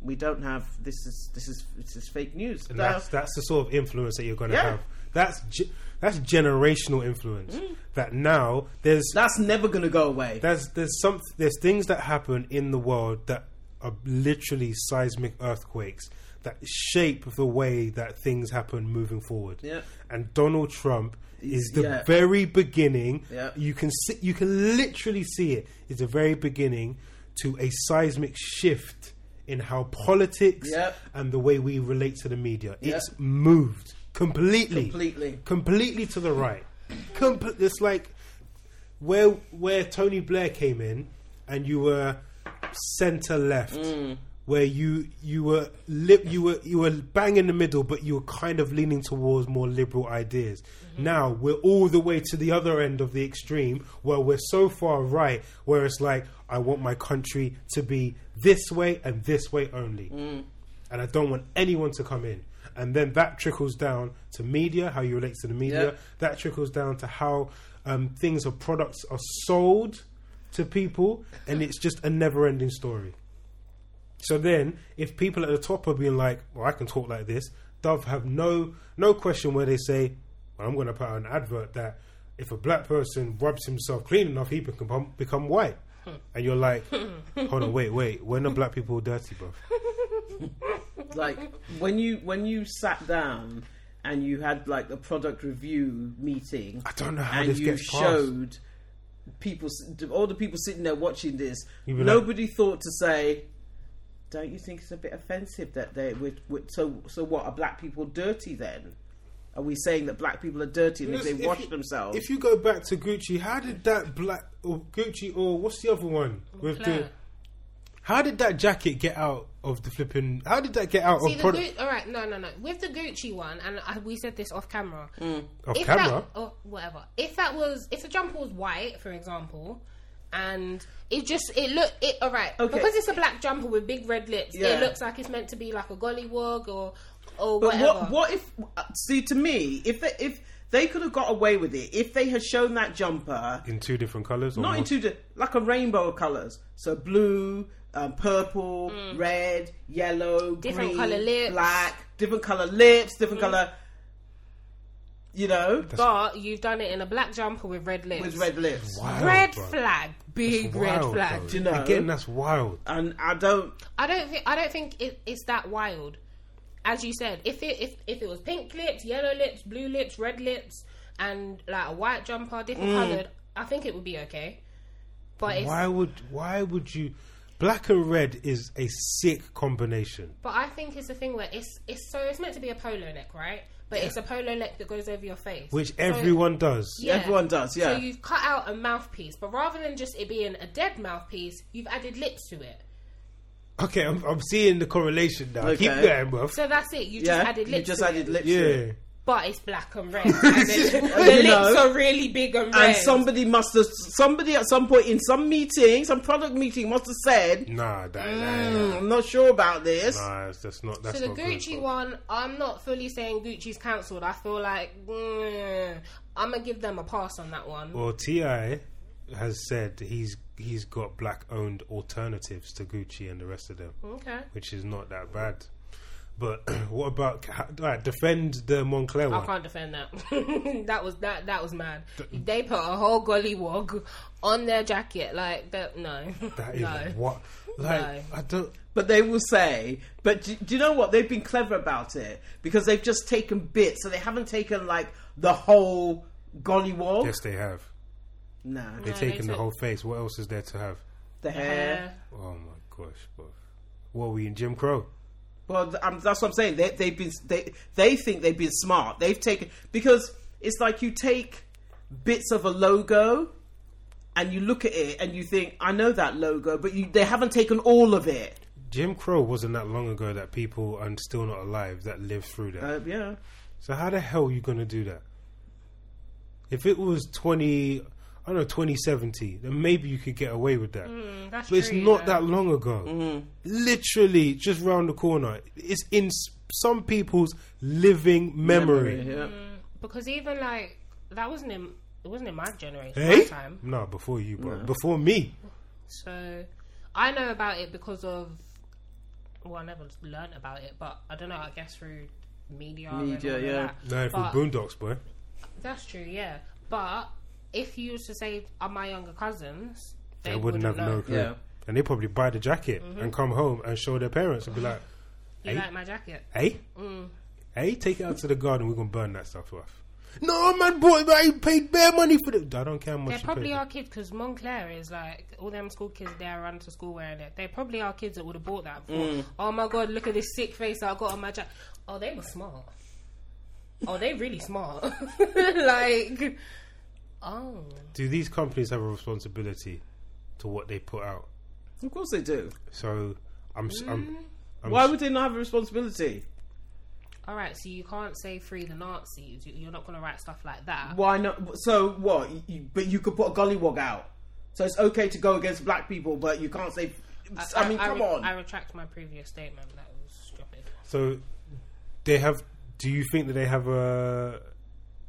[SPEAKER 3] we don't have. This is this is this is fake news.
[SPEAKER 2] And that's that's the sort of influence that you're going to
[SPEAKER 3] Yeah.
[SPEAKER 2] have. That's ge- that's generational influence. That now there's
[SPEAKER 3] that's never going to go away.
[SPEAKER 2] there's there's some there's things that happen in the world that are literally seismic earthquakes that shape the way that things happen moving forward.
[SPEAKER 3] Yeah.
[SPEAKER 2] And Donald Trump is the
[SPEAKER 3] yeah.
[SPEAKER 2] very beginning.
[SPEAKER 3] Yeah.
[SPEAKER 2] You can see, you can literally see it. It's the very beginning to a seismic shift in how politics
[SPEAKER 3] Yep.
[SPEAKER 2] and the way we relate to the media.
[SPEAKER 3] Yep.
[SPEAKER 2] It's moved completely
[SPEAKER 3] Completely.
[SPEAKER 2] completely to the right. Comple- it's like where where Tony Blair came in, and you were centre left, where you you were lip you were you were bang in the middle, but you were kind of leaning towards more liberal ideas. Now we're all the way to the other end of the extreme, where we're so far right, where it's like I want my country to be this way and this way only and I don't want anyone to come in. And then that trickles down to media, how you relate to the media.
[SPEAKER 3] Yeah.
[SPEAKER 2] That trickles down to how um, things or products are sold to people, and it's just a never-ending story. So then, if people at the top are being like, "Well, I can talk like this," Dove have no no question where they say, well, "I'm going to put out an advert that if a black person rubs himself clean enough, he can become, become white." And you're like, "Hold on, wait, wait. When are black people dirty, bruv? <laughs>
[SPEAKER 3] like when you when you sat down and you had like a product review meeting
[SPEAKER 2] I don't know how
[SPEAKER 3] and
[SPEAKER 2] this
[SPEAKER 3] you
[SPEAKER 2] gets passed.
[SPEAKER 3] showed people s- all the people sitting there watching this
[SPEAKER 2] You'd be
[SPEAKER 3] nobody thought to say don't you think it's a bit offensive that they we we so so what are black people dirty then are we saying that black people are dirty and if they
[SPEAKER 2] Listen,
[SPEAKER 3] wash
[SPEAKER 2] you-
[SPEAKER 3] themselves
[SPEAKER 2] If you go back to Gucci, how did that black or Gucci or what's the other one with the?
[SPEAKER 1] Moncler.
[SPEAKER 2] How did that jacket get out of the flipping? How did that get out
[SPEAKER 1] See
[SPEAKER 2] of
[SPEAKER 1] the
[SPEAKER 2] product
[SPEAKER 1] Gu- all right, no, no, no. With the Gucci one, and I, we said this off camera.
[SPEAKER 2] of
[SPEAKER 1] if
[SPEAKER 2] Mm. camera?
[SPEAKER 1] that or whatever if that was if the jumper was white for example and it just it look it all right
[SPEAKER 3] Okay.
[SPEAKER 1] because it's a black jumper with big red lips it
[SPEAKER 3] Yeah.
[SPEAKER 1] looks like it's meant to be like a gollywog or or
[SPEAKER 3] But
[SPEAKER 1] whatever
[SPEAKER 3] what what if uh, see to me if they, if they could have got away with it if they had shown that jumper
[SPEAKER 2] in two different colors, or
[SPEAKER 3] not
[SPEAKER 2] more?
[SPEAKER 3] into the like a rainbow of colors. So blue, um, purple, red, yellow,
[SPEAKER 1] Mm. Different
[SPEAKER 3] green,
[SPEAKER 1] colour lips. Mm.
[SPEAKER 3] black, different color lips, different color. You know,
[SPEAKER 1] but you've done it in a black jumper with red lips
[SPEAKER 3] with red lips.
[SPEAKER 2] Wild,
[SPEAKER 1] red
[SPEAKER 2] bro.
[SPEAKER 1] flag big red
[SPEAKER 2] Wild,
[SPEAKER 1] flag
[SPEAKER 2] bro.
[SPEAKER 3] Do you know?
[SPEAKER 2] Again, that's wild.
[SPEAKER 3] And I don't.
[SPEAKER 1] I don't think I don't think it, it's that wild. As you said, if it if, if it was pink lips, yellow lips, blue lips, red lips, and like a white
[SPEAKER 3] Mm.
[SPEAKER 1] jumper, different coloured, I think it would be okay. But it's,
[SPEAKER 2] Why would why would you? Black and red is a sick combination.
[SPEAKER 1] But I think it's a thing where it's it's so it's meant to be a polo neck, right? But it's a polo neck that goes over your face,
[SPEAKER 2] Which
[SPEAKER 1] So-
[SPEAKER 2] everyone does.
[SPEAKER 1] Yeah.
[SPEAKER 3] Everyone does, yeah.
[SPEAKER 1] So you've cut out a mouthpiece, but rather than just it being a dead mouthpiece, you've added lips to it.
[SPEAKER 2] Okay, I'm, I'm seeing the correlation now.
[SPEAKER 3] Okay.
[SPEAKER 2] Keep going, bruv.
[SPEAKER 1] So that's it. You
[SPEAKER 3] yeah,
[SPEAKER 1] just added lips.
[SPEAKER 3] you just
[SPEAKER 1] to
[SPEAKER 3] added
[SPEAKER 1] it.
[SPEAKER 3] lips. to it.
[SPEAKER 2] yeah.
[SPEAKER 1] but it's black and
[SPEAKER 2] <laughs>
[SPEAKER 1] red. And then the
[SPEAKER 3] You
[SPEAKER 1] lips
[SPEAKER 3] know.
[SPEAKER 1] are really big and red.
[SPEAKER 3] And somebody must have, somebody at some point in some meeting, some product meeting, must have said,
[SPEAKER 2] Nah, that,
[SPEAKER 3] "Hmm,
[SPEAKER 2] nah,
[SPEAKER 3] I'm not sure about this.
[SPEAKER 2] nah, that's not. That's
[SPEAKER 1] Mm. so the
[SPEAKER 2] not
[SPEAKER 1] Gucci
[SPEAKER 2] good, bruv.
[SPEAKER 1] one, I'm not fully saying Gucci's cancelled. I feel like mm, I'm gonna give them a pass on that one.
[SPEAKER 2] Well, Ti has said he's he's got black owned alternatives to Gucci and the rest of them,
[SPEAKER 1] Okay.
[SPEAKER 2] which is not that bad. But <clears throat> what about how- right, defend the Montclair
[SPEAKER 1] I
[SPEAKER 2] one?
[SPEAKER 1] can't defend that. <laughs> that was that that was mad. They put a whole gollywog on their jacket, like that. No, <laughs>
[SPEAKER 2] That is
[SPEAKER 1] no.
[SPEAKER 2] what like
[SPEAKER 1] No.
[SPEAKER 2] I don't.
[SPEAKER 3] But they will say, but do, do you know what? They've been clever about it because they've just taken bits, so they haven't taken like the whole gollywog.
[SPEAKER 2] Yes, they have.
[SPEAKER 3] No,
[SPEAKER 2] They're
[SPEAKER 1] No, they
[SPEAKER 2] taking the
[SPEAKER 1] took-
[SPEAKER 2] whole face. What else is there to have?
[SPEAKER 3] the
[SPEAKER 1] Uh,
[SPEAKER 3] hair.
[SPEAKER 2] Oh my gosh, bro. What are we in Jim Crow?
[SPEAKER 3] Well, th- um, that's what I'm saying. They, they've been they they think they've been smart. They've taken because it's like you take bits of a logo and you look at it and you think, I know that logo, but you they haven't taken all of it.
[SPEAKER 2] Jim Crow wasn't that long ago that people are still not alive that lived through that.
[SPEAKER 3] Uh, yeah,
[SPEAKER 2] So how the hell are you gonna do that? If it was twenty, I don't know, twenty seventy, then maybe you could get away with that.
[SPEAKER 1] mm, that's
[SPEAKER 2] but it's
[SPEAKER 1] true,
[SPEAKER 2] not
[SPEAKER 1] yeah.
[SPEAKER 2] that long ago. Literally, just round the corner. It's in s- some people's living memory.
[SPEAKER 3] yeah.
[SPEAKER 1] because even like that wasn't in it wasn't in my generation
[SPEAKER 2] Hey?
[SPEAKER 1] my time.
[SPEAKER 2] No, Eh? before you, bro. Before me.
[SPEAKER 1] So I know about it because of well, I never learned about it, but I don't know. I guess through media, and
[SPEAKER 3] Media,
[SPEAKER 1] all of
[SPEAKER 3] yeah.
[SPEAKER 1] that.
[SPEAKER 2] No,
[SPEAKER 1] But-
[SPEAKER 2] from Boondocks, boy.
[SPEAKER 1] That's true, yeah. But if you was to say, "Are my younger cousins?"
[SPEAKER 2] They, wouldn't, have no
[SPEAKER 1] know.
[SPEAKER 2] clue.
[SPEAKER 3] Yeah.
[SPEAKER 2] And they probably buy the jacket
[SPEAKER 1] Mm-hmm.
[SPEAKER 2] and come home and show their parents and be like,
[SPEAKER 1] You
[SPEAKER 2] Hey.
[SPEAKER 1] like my jacket?
[SPEAKER 2] Hey,
[SPEAKER 1] Mm.
[SPEAKER 2] hey, Eh? take it out to the garden. We're gonna burn that stuff off. No, man, boy, man, you paid bare money for it. I don't care how much.
[SPEAKER 1] They
[SPEAKER 2] you
[SPEAKER 1] probably
[SPEAKER 2] paid.
[SPEAKER 1] are kids because Montclair is like all them school kids there run to school wearing it. They probably are kids that would have bought that. For,
[SPEAKER 3] Mm.
[SPEAKER 1] Oh my god, look at this sick face I got on my jacket. Oh, they were smart. Oh, they really smart. <laughs> like, oh,
[SPEAKER 2] Do these companies have a responsibility to what they put out?
[SPEAKER 3] Of course they do.
[SPEAKER 2] So I'm, s am
[SPEAKER 1] Mm.
[SPEAKER 2] I'm
[SPEAKER 3] Why
[SPEAKER 2] s-
[SPEAKER 3] would they not have a responsibility?
[SPEAKER 1] all right. So you can't say free the Nazis. You- You're not gonna write stuff like that.
[SPEAKER 3] Why not? So what? You- You, but you could put a gollywog out, so it's okay to go against black people, but you can't say. I, mean, come
[SPEAKER 1] re-
[SPEAKER 3] on.
[SPEAKER 1] I retract my previous statement. That was stupid.
[SPEAKER 2] so they have. Do you think that they have a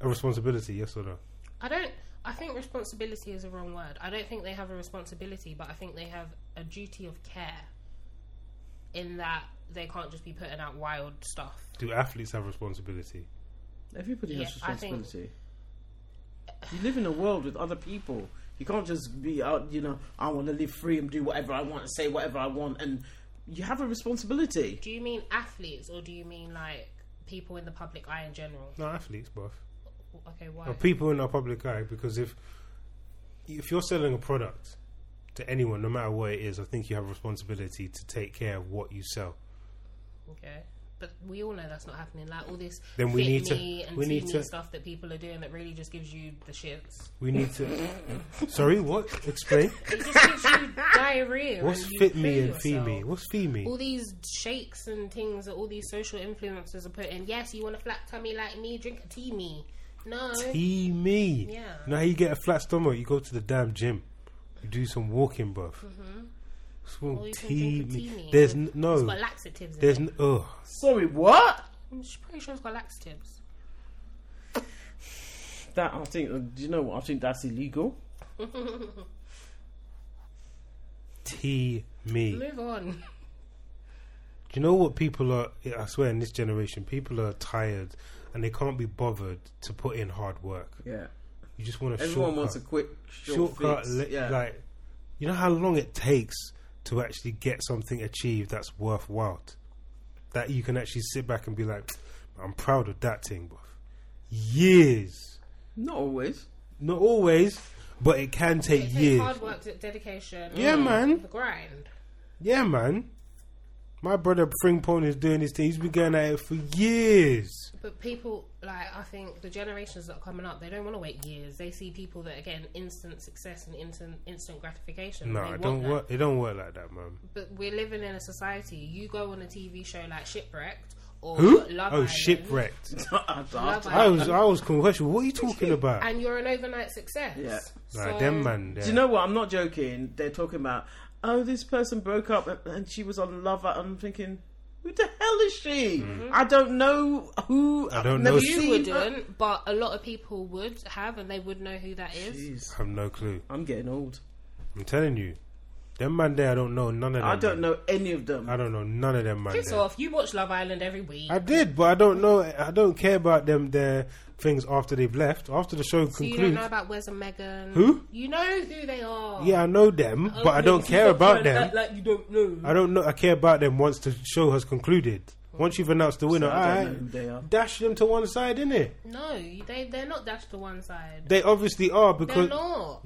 [SPEAKER 2] a responsibility? Yes or no?
[SPEAKER 1] I don't. I think responsibility is a wrong word. I don't think they have a responsibility, but I think they have a duty of care. In that they can't just be putting out wild stuff.
[SPEAKER 2] Do athletes have responsibility?
[SPEAKER 3] Everybody has
[SPEAKER 1] Yeah, I think-
[SPEAKER 3] responsibility. You live in a world with other people. You can't just be out, you know, I want to live free and do whatever I want, say whatever I want, and you have a responsibility.
[SPEAKER 1] Do you mean athletes, or do you mean like people in the public eye in general?
[SPEAKER 2] No, athletes, both.
[SPEAKER 1] Okay, why?
[SPEAKER 2] Are people in our public eye because if if you're selling a product to anyone, no matter what it is, I think you have a responsibility to take care of what you sell.
[SPEAKER 1] Okay. But we all know that's not happening. Like all this
[SPEAKER 2] Then we
[SPEAKER 1] fit
[SPEAKER 2] need to-
[SPEAKER 1] me and we
[SPEAKER 2] we need to-
[SPEAKER 1] stuff that people are doing that really just gives you the shits.
[SPEAKER 2] We need
[SPEAKER 1] <laughs>
[SPEAKER 2] to. Sorry, what? Explain.
[SPEAKER 1] It just gives
[SPEAKER 2] <laughs>
[SPEAKER 1] you diarrhea.
[SPEAKER 2] What's
[SPEAKER 1] and you
[SPEAKER 2] fit me
[SPEAKER 1] poo
[SPEAKER 2] and fee me?
[SPEAKER 1] yourself.
[SPEAKER 2] What's fee me?
[SPEAKER 1] all these shakes and things that all these social influencers are putting. Yes, you want a flat tummy like me, drink a tea me. No,
[SPEAKER 2] Fee me.
[SPEAKER 1] Yeah.
[SPEAKER 2] Now you get a flat stomach, you go to the damn gym, you do some walking, bruv. What's
[SPEAKER 1] Or
[SPEAKER 2] wrong?
[SPEAKER 1] Mm-hmm. you can
[SPEAKER 2] Tea
[SPEAKER 1] drink a
[SPEAKER 2] me.
[SPEAKER 1] tea me.
[SPEAKER 2] There's n-
[SPEAKER 1] It's
[SPEAKER 2] no.
[SPEAKER 1] it's got laxatives. In
[SPEAKER 2] There's
[SPEAKER 1] it.
[SPEAKER 2] n- ugh.
[SPEAKER 3] Sorry, what?
[SPEAKER 1] I'm s- pretty sure it's got laxatives.
[SPEAKER 3] That I think. uh, Do you know what? I think that's illegal.
[SPEAKER 2] Tea me.
[SPEAKER 1] Move on. <laughs>
[SPEAKER 2] Do you know what people are? I swear, in this generation, people are tired and they can't be bothered to put in hard work.
[SPEAKER 3] Yeah.
[SPEAKER 2] You just want a
[SPEAKER 3] Everyone
[SPEAKER 2] shortcut.
[SPEAKER 3] wants a quick short
[SPEAKER 2] shortcut,
[SPEAKER 3] fix.
[SPEAKER 2] li-
[SPEAKER 3] yeah.
[SPEAKER 2] like you know how long it takes to actually get something achieved that's worthwhile. That you can actually sit back and be like, I'm proud of that thing, bruv. Years,
[SPEAKER 3] Not <laughs> always.
[SPEAKER 2] not always, but it can take
[SPEAKER 1] It takes
[SPEAKER 2] years.
[SPEAKER 1] hard work, de- dedication.
[SPEAKER 2] Yeah, man.
[SPEAKER 1] The grind.
[SPEAKER 2] Yeah, man. My brother Fringpon is doing this thing. He's been going at it for years.
[SPEAKER 1] But people, like, I think the generations that are coming up, they don't want to wait years. They see people that are getting instant success and instant, instant gratification.
[SPEAKER 2] No,
[SPEAKER 1] They
[SPEAKER 2] it
[SPEAKER 1] want
[SPEAKER 2] don't
[SPEAKER 1] that.
[SPEAKER 2] work. It don't work like that, man.
[SPEAKER 1] But we're living in a society. You go on a TV show like Shipwrecked or
[SPEAKER 2] Who?
[SPEAKER 1] Love
[SPEAKER 2] oh,
[SPEAKER 1] Island,
[SPEAKER 2] shipwrecked.
[SPEAKER 1] Love
[SPEAKER 2] I
[SPEAKER 1] Island,
[SPEAKER 2] was, I was confession. What are you talking about?
[SPEAKER 1] and you're an overnight success.
[SPEAKER 3] Yeah.
[SPEAKER 2] Nah,
[SPEAKER 1] So-
[SPEAKER 2] them man.
[SPEAKER 3] Do you know what? I'm not joking. They're talking about, oh, this person broke up and- and she was on Love. Island." I'm thinking, who the hell is she? I don't know who.
[SPEAKER 2] Mm-hmm. I don't
[SPEAKER 3] I've
[SPEAKER 2] know.
[SPEAKER 3] never
[SPEAKER 2] You
[SPEAKER 1] You
[SPEAKER 3] seen her.
[SPEAKER 1] wouldn't, but a lot of people would have, and they would know who that is.
[SPEAKER 3] Jeez,
[SPEAKER 2] I have no clue.
[SPEAKER 3] I'm getting old.
[SPEAKER 2] I'm telling you, them man there. I don't know none of them.
[SPEAKER 3] I don't
[SPEAKER 2] man.
[SPEAKER 3] know any of them.
[SPEAKER 2] I don't know none of them man.
[SPEAKER 1] Piss
[SPEAKER 2] there.
[SPEAKER 1] off! You watch Love Island every week.
[SPEAKER 2] I did, but I don't know. I don't care about them their things after they've left. After the show
[SPEAKER 1] so you don't
[SPEAKER 2] concludes,
[SPEAKER 1] know about Wes and Megan.
[SPEAKER 2] Who?
[SPEAKER 1] You know who they are.
[SPEAKER 2] yeah, I know them,
[SPEAKER 1] Oh,
[SPEAKER 2] but I don't care about them.
[SPEAKER 1] Like you don't know.
[SPEAKER 2] I don't know. I care about them once the show has concluded. Once you've announced the winner,
[SPEAKER 3] So I don't
[SPEAKER 2] I
[SPEAKER 3] know who they are.
[SPEAKER 2] dash them to one side, innit?
[SPEAKER 1] No, you- they they're not dashed to one side.
[SPEAKER 2] They obviously are
[SPEAKER 1] They're
[SPEAKER 2] because
[SPEAKER 1] not.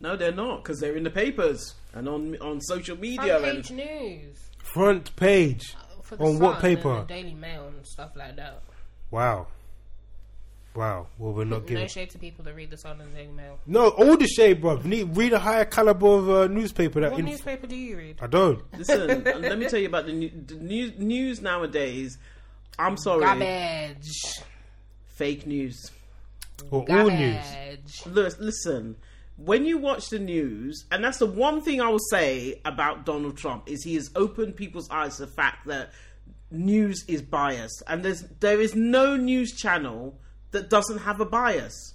[SPEAKER 3] No, they're not because they're in the papers and on on social media.
[SPEAKER 1] Front page
[SPEAKER 3] and
[SPEAKER 1] news.
[SPEAKER 2] front page.
[SPEAKER 1] Uh, For
[SPEAKER 2] On what
[SPEAKER 1] Sun and
[SPEAKER 2] paper?
[SPEAKER 1] the Daily Mail and stuff like that.
[SPEAKER 2] Wow, wow. Well, we're not
[SPEAKER 1] No
[SPEAKER 2] giving.
[SPEAKER 1] shade to people that read the Sun and the Daily Mail.
[SPEAKER 2] No, all the shade, bro. Need read a higher caliber of uh, newspaper. That
[SPEAKER 1] What
[SPEAKER 2] in-
[SPEAKER 1] newspaper do you read?
[SPEAKER 2] I don't.
[SPEAKER 1] <laughs>
[SPEAKER 3] Listen, and let me tell you about the, new, the news, news nowadays. I'm sorry,
[SPEAKER 1] Garbage.
[SPEAKER 3] fake news.
[SPEAKER 2] Or all news.
[SPEAKER 1] Garbage.
[SPEAKER 3] Lis- Listen, when you watch the news, and that's the one thing I will say about Donald Trump is he has opened people's eyes to the fact that news is biased, and there's there is no news channel that doesn't have a bias.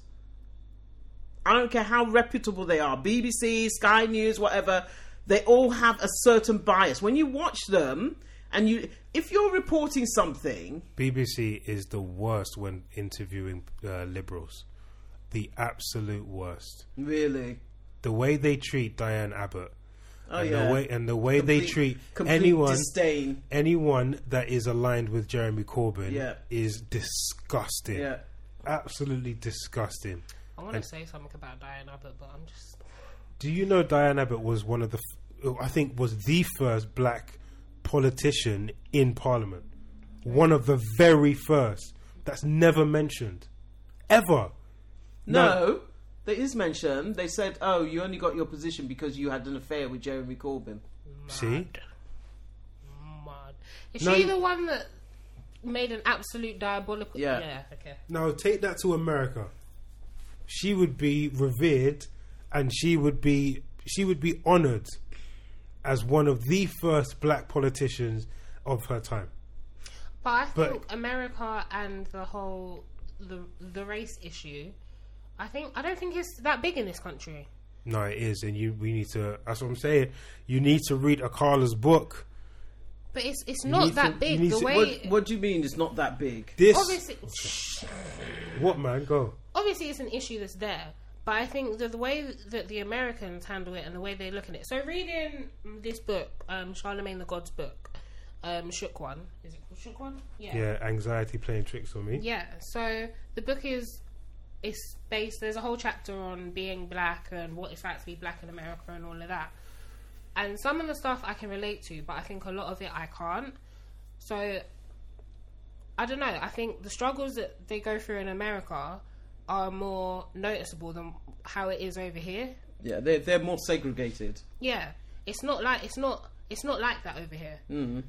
[SPEAKER 3] I don't care how reputable they are, BBC, Sky News, whatever, they all have a certain bias. When you watch them, and you if you're reporting something,
[SPEAKER 2] BBC is the worst when interviewing uh, liberals. The absolute worst.
[SPEAKER 3] really,
[SPEAKER 2] The way they treat Diane Abbott.
[SPEAKER 3] oh
[SPEAKER 2] and
[SPEAKER 3] yeah,
[SPEAKER 2] the way and the way they
[SPEAKER 3] Complete-
[SPEAKER 2] treat
[SPEAKER 3] complete
[SPEAKER 2] anyone
[SPEAKER 3] disdain,
[SPEAKER 2] anyone that is aligned with Jeremy Corbyn
[SPEAKER 3] Yeah.
[SPEAKER 2] is disgusting.
[SPEAKER 3] yeah.
[SPEAKER 2] Absolutely disgusting.
[SPEAKER 1] I want to say something about Diane Abbott, but I'm just.
[SPEAKER 2] Do you know Diane Abbott was one of the f- I think was the first black politician in parliament. One of the very first that's never mentioned ever.
[SPEAKER 3] No, there is mention. They said, "Oh, you only got your position because you had an affair with Jeremy Corbyn."
[SPEAKER 2] See?
[SPEAKER 1] Mad. Is
[SPEAKER 2] No,
[SPEAKER 1] she
[SPEAKER 2] you-
[SPEAKER 1] the one that made an absolute diabolical?
[SPEAKER 3] Yeah.
[SPEAKER 1] okay.
[SPEAKER 2] Now take that to America. She would be revered, and she would be she would be honoured as one of the first black politicians of her time.
[SPEAKER 1] But I
[SPEAKER 2] But-
[SPEAKER 1] think America and the whole the the race issue. I think I don't think it's that big in this country.
[SPEAKER 2] No, it is, and you we need to. That's what I'm saying. You need to read Akala's book.
[SPEAKER 1] But it's it's
[SPEAKER 2] need
[SPEAKER 1] not that
[SPEAKER 2] to- you
[SPEAKER 1] big.
[SPEAKER 2] need
[SPEAKER 1] The
[SPEAKER 2] to-
[SPEAKER 1] way
[SPEAKER 3] What, what do you mean? It's not that big.
[SPEAKER 2] This
[SPEAKER 1] obviously shh.
[SPEAKER 2] what man go?
[SPEAKER 1] obviously it's an issue that's there. But I think that the way that the Americans handle it and the way they look at it. So reading this book, um, Charlemagne the God's book, um, Shook One. Is it called Shook One?
[SPEAKER 2] Yeah, anxiety playing tricks on me.
[SPEAKER 1] Yeah, so the book is it's based there's a whole chapter on being black and what it's like to be black in America and all of that. And some of the stuff I can relate to, but I think a lot of it I can't. So I don't know, I think the struggles that they go through in America are more noticeable than how it is over here.
[SPEAKER 3] Yeah, they're they're more segregated.
[SPEAKER 1] Yeah. It's not like it's not it's not like that over here.
[SPEAKER 3] Mm.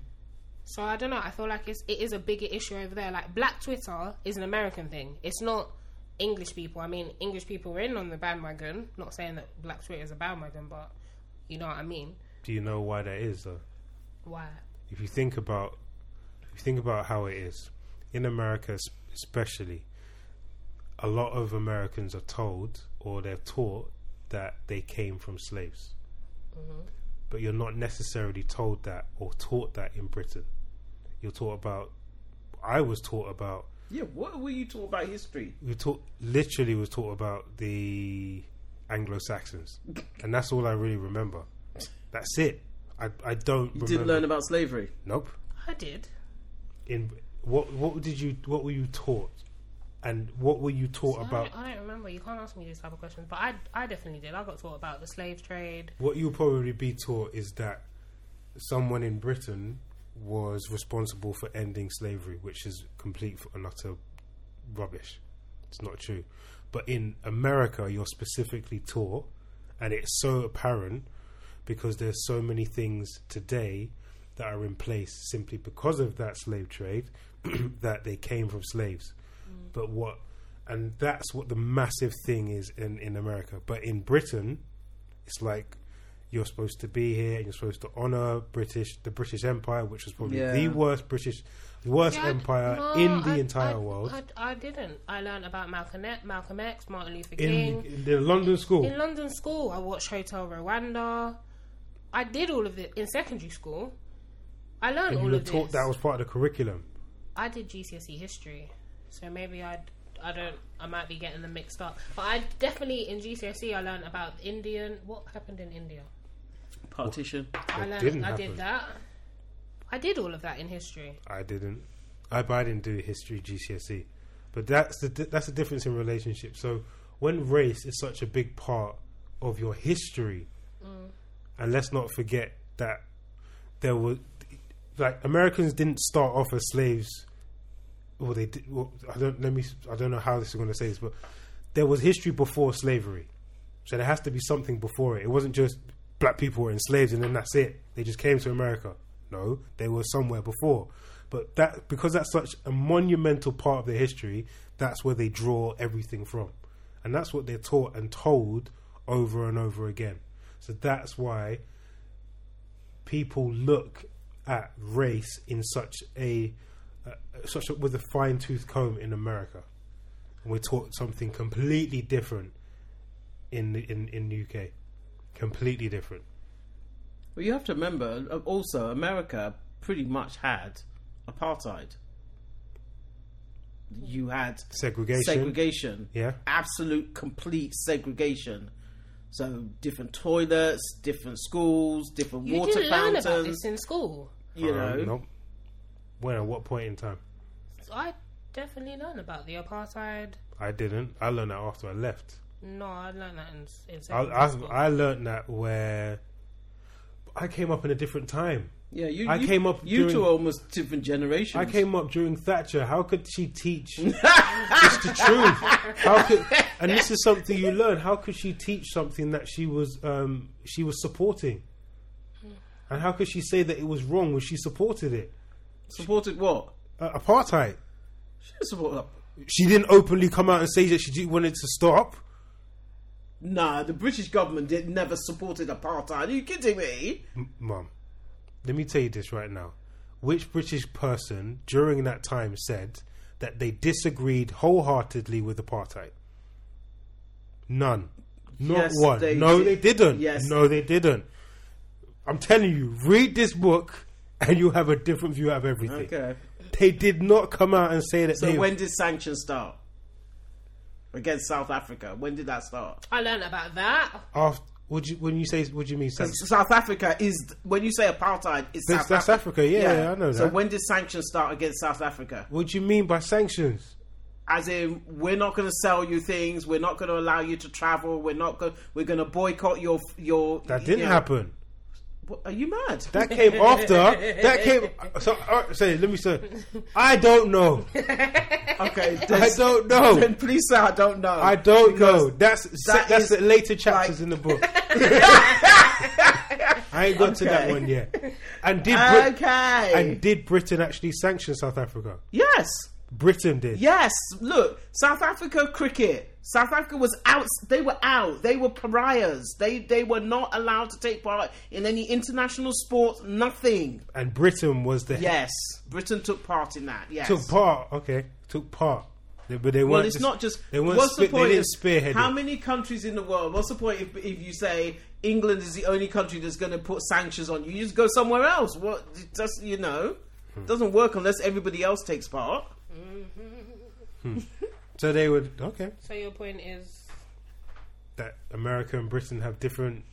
[SPEAKER 1] So I don't know. I feel like it's it is a bigger issue over there. Like Black Twitter is an American thing. It's not English people. I mean, English people are in on the bandwagon. Not saying that Black Twitter is a bandwagon, but you know what I mean.
[SPEAKER 2] Do you know why that is though?
[SPEAKER 1] Why?
[SPEAKER 2] if you think about if you think about how it is in America, es- especially, a lot of Americans are told or they're taught that they came from slaves, but you're not necessarily told that or taught that in Britain. You're taught about. I was taught about.
[SPEAKER 3] Yeah, what were you talking about history?
[SPEAKER 2] We taught literally was taught about the Anglo Saxons, and that's all I really remember. That's it. I I don't.
[SPEAKER 3] You
[SPEAKER 2] remember.
[SPEAKER 3] didn't learn about slavery.
[SPEAKER 2] Nope.
[SPEAKER 1] I did.
[SPEAKER 2] in what what did you what were you taught and what were you taught
[SPEAKER 1] I
[SPEAKER 2] about
[SPEAKER 1] don't, I don't remember. You can't ask me these type of questions, but I I definitely did. I got taught about the slave trade.
[SPEAKER 2] what you'll probably be taught is that someone in Britain was responsible for ending slavery, which is complete and utter rubbish. It's not true. But in America, you're specifically taught, and it's so apparent because there's so many things today that are in place simply because of that slave trade <clears throat> that they came from slaves.
[SPEAKER 1] Mm.
[SPEAKER 2] But what, and that's what the massive thing is in, in America. But in Britain, it's like you're supposed to be here and you're supposed to honor British the British Empire, which was probably
[SPEAKER 3] Yeah.
[SPEAKER 2] the worst British worst
[SPEAKER 1] Yeah, I-
[SPEAKER 2] empire
[SPEAKER 1] no,
[SPEAKER 2] in the
[SPEAKER 1] I-
[SPEAKER 2] entire
[SPEAKER 1] I-
[SPEAKER 2] world.
[SPEAKER 1] I, I didn't. I learned about Malcolm X, Malcolm X, Martin Luther
[SPEAKER 2] in,
[SPEAKER 1] King
[SPEAKER 2] in the London school.
[SPEAKER 1] in London school. I watched Hotel Rwanda. I did all of it in secondary school. I learned
[SPEAKER 2] and you
[SPEAKER 1] all
[SPEAKER 2] were
[SPEAKER 1] of
[SPEAKER 2] taught
[SPEAKER 1] this.
[SPEAKER 2] that was part of the curriculum.
[SPEAKER 1] I did GCSE E history, so maybe I I don't I might be getting them mixed up. But I definitely in GCSE E, I learned about Indian. What happened in India?
[SPEAKER 3] Partition.
[SPEAKER 1] I learned.
[SPEAKER 2] didn't
[SPEAKER 1] I
[SPEAKER 2] happen.
[SPEAKER 1] did that. I did all of that in history.
[SPEAKER 2] I didn't. I, but I didn't do history GCSE. E. But that's the di- that's the difference in relationships. So when race is such a big part of your history,
[SPEAKER 1] Mm.
[SPEAKER 2] and let's not forget that there were like Americans didn't start off as slaves. Well, they did. Well, I don't let me. I don't know how this is going to say this, but there was history before slavery. So there has to be something before it. It wasn't just black people were enslaved and then that's it. They just came to America. No, they were somewhere before. But that because that's such a monumental part of their history, that's where they draw everything from. And that's what they're taught and told over and over again. So that's why people look at race in such a uh, such a, with a fine tooth comb in America. And we're taught something completely different in the- in in the UK. Completely different.
[SPEAKER 3] Well, you have to remember uh, also America pretty much had apartheid. You had
[SPEAKER 2] Segregation.
[SPEAKER 3] segregation,
[SPEAKER 2] Yeah.
[SPEAKER 3] absolute complete segregation. So different toilets, different schools, different
[SPEAKER 1] You
[SPEAKER 3] water
[SPEAKER 1] didn't
[SPEAKER 3] fountains.
[SPEAKER 1] learn about this in school.
[SPEAKER 3] you know,
[SPEAKER 2] Um, nope. When at what point in time?
[SPEAKER 1] So I definitely learned about the apartheid.
[SPEAKER 2] I didn't. I learned that after I left.
[SPEAKER 1] No, I learned that in, in
[SPEAKER 2] I
[SPEAKER 1] secondary
[SPEAKER 2] I,
[SPEAKER 1] school.
[SPEAKER 2] I learned that where I came up in a different time.
[SPEAKER 3] yeah. You,
[SPEAKER 2] I
[SPEAKER 3] you-
[SPEAKER 2] came up
[SPEAKER 3] You
[SPEAKER 2] during-
[SPEAKER 3] two are almost different generations.
[SPEAKER 2] I came up during Thatcher. How could she
[SPEAKER 3] <laughs>
[SPEAKER 2] teach? it's the truth. How could? And this is something you learn. How could she teach something that she was um, she was supporting? And how could she say that it was wrong when she supported it?
[SPEAKER 3] supported what?
[SPEAKER 2] Uh, apartheid.
[SPEAKER 3] She supported.
[SPEAKER 2] She didn't openly come out and say that she did- wanted to stop.
[SPEAKER 3] Nah, the British government did never supported apartheid. Are you kidding me?
[SPEAKER 2] M- Mum, let me tell you this right now. Which British person during that time said that they disagreed wholeheartedly with apartheid? None. Not
[SPEAKER 3] Yes,
[SPEAKER 2] one.
[SPEAKER 3] they
[SPEAKER 2] no,
[SPEAKER 3] did.
[SPEAKER 2] they didn't.
[SPEAKER 3] Yes.
[SPEAKER 2] No, they didn't. I'm telling you, read this book and you'll have a different view of everything.
[SPEAKER 3] Okay.
[SPEAKER 2] They did not come out and say that
[SPEAKER 3] So
[SPEAKER 2] they
[SPEAKER 3] when did sanctions start against South Africa? When did that start?
[SPEAKER 1] I learned about that.
[SPEAKER 2] after, would you when you say what do you mean Sam?
[SPEAKER 3] South Africa is when you say apartheid is
[SPEAKER 2] That's-
[SPEAKER 3] South,
[SPEAKER 2] that's Africa, yeah, yeah, I know
[SPEAKER 3] So
[SPEAKER 2] that.
[SPEAKER 3] when did sanctions start against South Africa?
[SPEAKER 2] What do you mean by sanctions?
[SPEAKER 3] As in, we're not going to sell you things. We're not going to allow you to travel. We're not going. We're going to boycott your your.
[SPEAKER 2] That didn't
[SPEAKER 3] you know-
[SPEAKER 2] happen.
[SPEAKER 3] What- Are you mad?
[SPEAKER 2] That came after. That came. So, uh, say, let me say, I don't know.
[SPEAKER 3] <laughs> okay.
[SPEAKER 2] <laughs> I
[SPEAKER 3] Then,
[SPEAKER 2] don't know.
[SPEAKER 3] <laughs> then please say I don't know.
[SPEAKER 2] I don't know. That's
[SPEAKER 3] that
[SPEAKER 2] that's
[SPEAKER 3] is
[SPEAKER 2] the later chapters
[SPEAKER 3] like-
[SPEAKER 2] in the
[SPEAKER 3] <laughs>
[SPEAKER 2] book. I ain't got to that
[SPEAKER 3] Okay.
[SPEAKER 2] one yet. And did Brit-
[SPEAKER 3] Okay.
[SPEAKER 2] and did Britain actually sanction South Africa?
[SPEAKER 3] yes.
[SPEAKER 2] Britain did.
[SPEAKER 3] Yes, look, South Africa cricket. South Africa was out. They were out. They were pariahs. They they were not allowed to take part in any international sports. Nothing.
[SPEAKER 2] And Britain was the
[SPEAKER 3] Yes, Britain took part in that. Yes.
[SPEAKER 2] took part. Okay, took part. They- But they
[SPEAKER 3] well,
[SPEAKER 2] weren't.
[SPEAKER 3] it's
[SPEAKER 2] just-
[SPEAKER 3] not just.
[SPEAKER 2] they weren't.
[SPEAKER 3] what's
[SPEAKER 2] Spe-
[SPEAKER 3] the point?
[SPEAKER 2] they
[SPEAKER 3] of-
[SPEAKER 2] didn't spearhead.
[SPEAKER 3] how
[SPEAKER 2] it.
[SPEAKER 3] many countries in the world? What's the point if, if you say England is the only country that's going to put sanctions on you? You just go somewhere else. What? It just you know, it doesn't work unless everybody else takes part.
[SPEAKER 2] So they would. Okay,
[SPEAKER 1] So your point is,
[SPEAKER 2] that America and Britain have different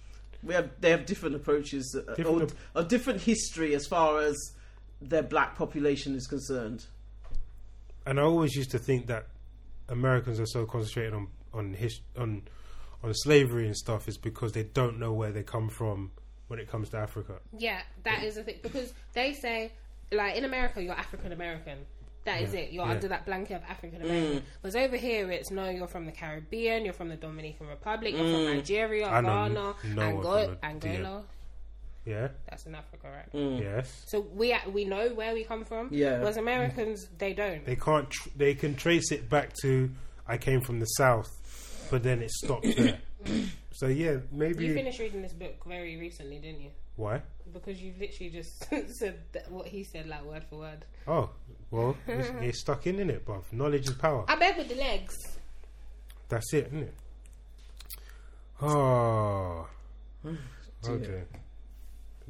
[SPEAKER 3] we have they have different approaches uh,
[SPEAKER 2] Different
[SPEAKER 3] or, or different history as far as their black population is concerned.
[SPEAKER 2] and I always used to think that Americans are so concentrated on on his, on on slavery and stuff is because they don't know where they come from when it comes to Africa.
[SPEAKER 1] Yeah, that is the thing because they say, like in America, you're African American. That is
[SPEAKER 2] Yeah,
[SPEAKER 1] it. You're
[SPEAKER 2] yeah. Mm.
[SPEAKER 1] under that blanket of African American. Because over here, it's no, you're from the Caribbean, you're from the Dominican Republic, you're from Nigeria,
[SPEAKER 2] Mm. I know
[SPEAKER 1] Ghana,
[SPEAKER 2] n- no one
[SPEAKER 1] Ango-
[SPEAKER 2] from the Mm.
[SPEAKER 1] Angola.
[SPEAKER 2] Yeah.
[SPEAKER 1] That's in Africa, right?
[SPEAKER 2] Yes.
[SPEAKER 1] So we act- we know where we come from.
[SPEAKER 3] Yeah.
[SPEAKER 1] Whereas Americans, they don't.
[SPEAKER 2] They can't. Tr- they can trace it back to I came from the south, but then it stopped there. so yeah, maybe
[SPEAKER 1] You finished reading this book very recently, didn't you?
[SPEAKER 2] why?
[SPEAKER 1] Because you've literally just <laughs> said that, what he said, like word for word.
[SPEAKER 2] Oh well, it's, it's stuck in in it, bruv. Knowledge is power.
[SPEAKER 1] I bet with the legs.
[SPEAKER 2] That's
[SPEAKER 1] <sighs>
[SPEAKER 2] it, isn't it? Oh, okay.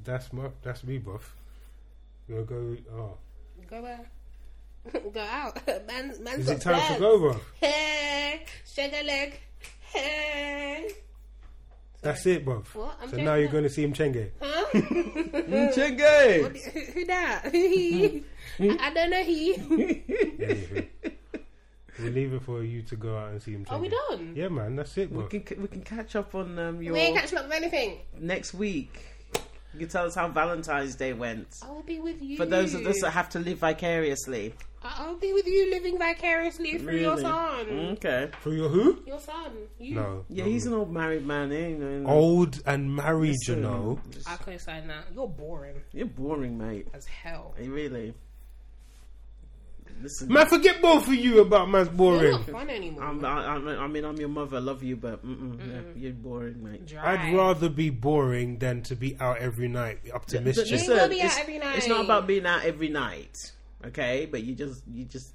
[SPEAKER 2] That's my. That's me, bruv. You'll go. Oh,
[SPEAKER 1] Go where? <laughs> go out. <laughs> Man, man's
[SPEAKER 2] is it
[SPEAKER 1] got
[SPEAKER 2] time to
[SPEAKER 1] legs.
[SPEAKER 2] go, bruv?
[SPEAKER 1] Hey, shake a leg. Hey.
[SPEAKER 2] That's it, bruv.
[SPEAKER 1] What? I'm
[SPEAKER 2] So
[SPEAKER 1] checking
[SPEAKER 2] now you're
[SPEAKER 1] out.
[SPEAKER 2] going to see
[SPEAKER 1] <laughs>
[SPEAKER 2] him chenge.
[SPEAKER 1] Huh?
[SPEAKER 3] Chenge!
[SPEAKER 1] Who who that? He. <laughs> I I don't know he.
[SPEAKER 2] Anywho. We're leaving for you to go out and see him.
[SPEAKER 1] Are we
[SPEAKER 2] changing.
[SPEAKER 1] done?
[SPEAKER 2] Yeah, man, that's it,
[SPEAKER 3] We
[SPEAKER 2] bro.
[SPEAKER 3] can we can catch up on um, your
[SPEAKER 1] We ain't catching up with anything.
[SPEAKER 3] next week. You can tell us how Valentine's Day went.
[SPEAKER 1] I'll be with you.
[SPEAKER 3] For those of us that have to live vicariously.
[SPEAKER 1] I- I'll be with you living vicariously through your
[SPEAKER 3] Really?
[SPEAKER 1] son.
[SPEAKER 3] Okay.
[SPEAKER 2] For your who?
[SPEAKER 1] Your son. You.
[SPEAKER 2] Mm. No.
[SPEAKER 3] Yeah,
[SPEAKER 2] not
[SPEAKER 3] he's
[SPEAKER 2] me.
[SPEAKER 3] an old married man, eh? You know, you know.
[SPEAKER 2] old and married, you know.
[SPEAKER 1] I couldn't sign that. You're boring
[SPEAKER 3] You're boring, mate.
[SPEAKER 1] as hell.
[SPEAKER 3] You really. Listen,
[SPEAKER 2] Man, forget both of you about man's
[SPEAKER 1] You're
[SPEAKER 2] boring.
[SPEAKER 1] not fun anymore.
[SPEAKER 3] I'm, I, I'm, I mean, I'm your mother. I love you, but mm-mm, yeah, you're boring, mate.
[SPEAKER 1] Dry.
[SPEAKER 2] I'd rather be boring than to be out every night up to
[SPEAKER 3] But
[SPEAKER 2] mischief.
[SPEAKER 1] ain't gonna be out every night.
[SPEAKER 3] it's not about being out every night, okay? But you just, you just,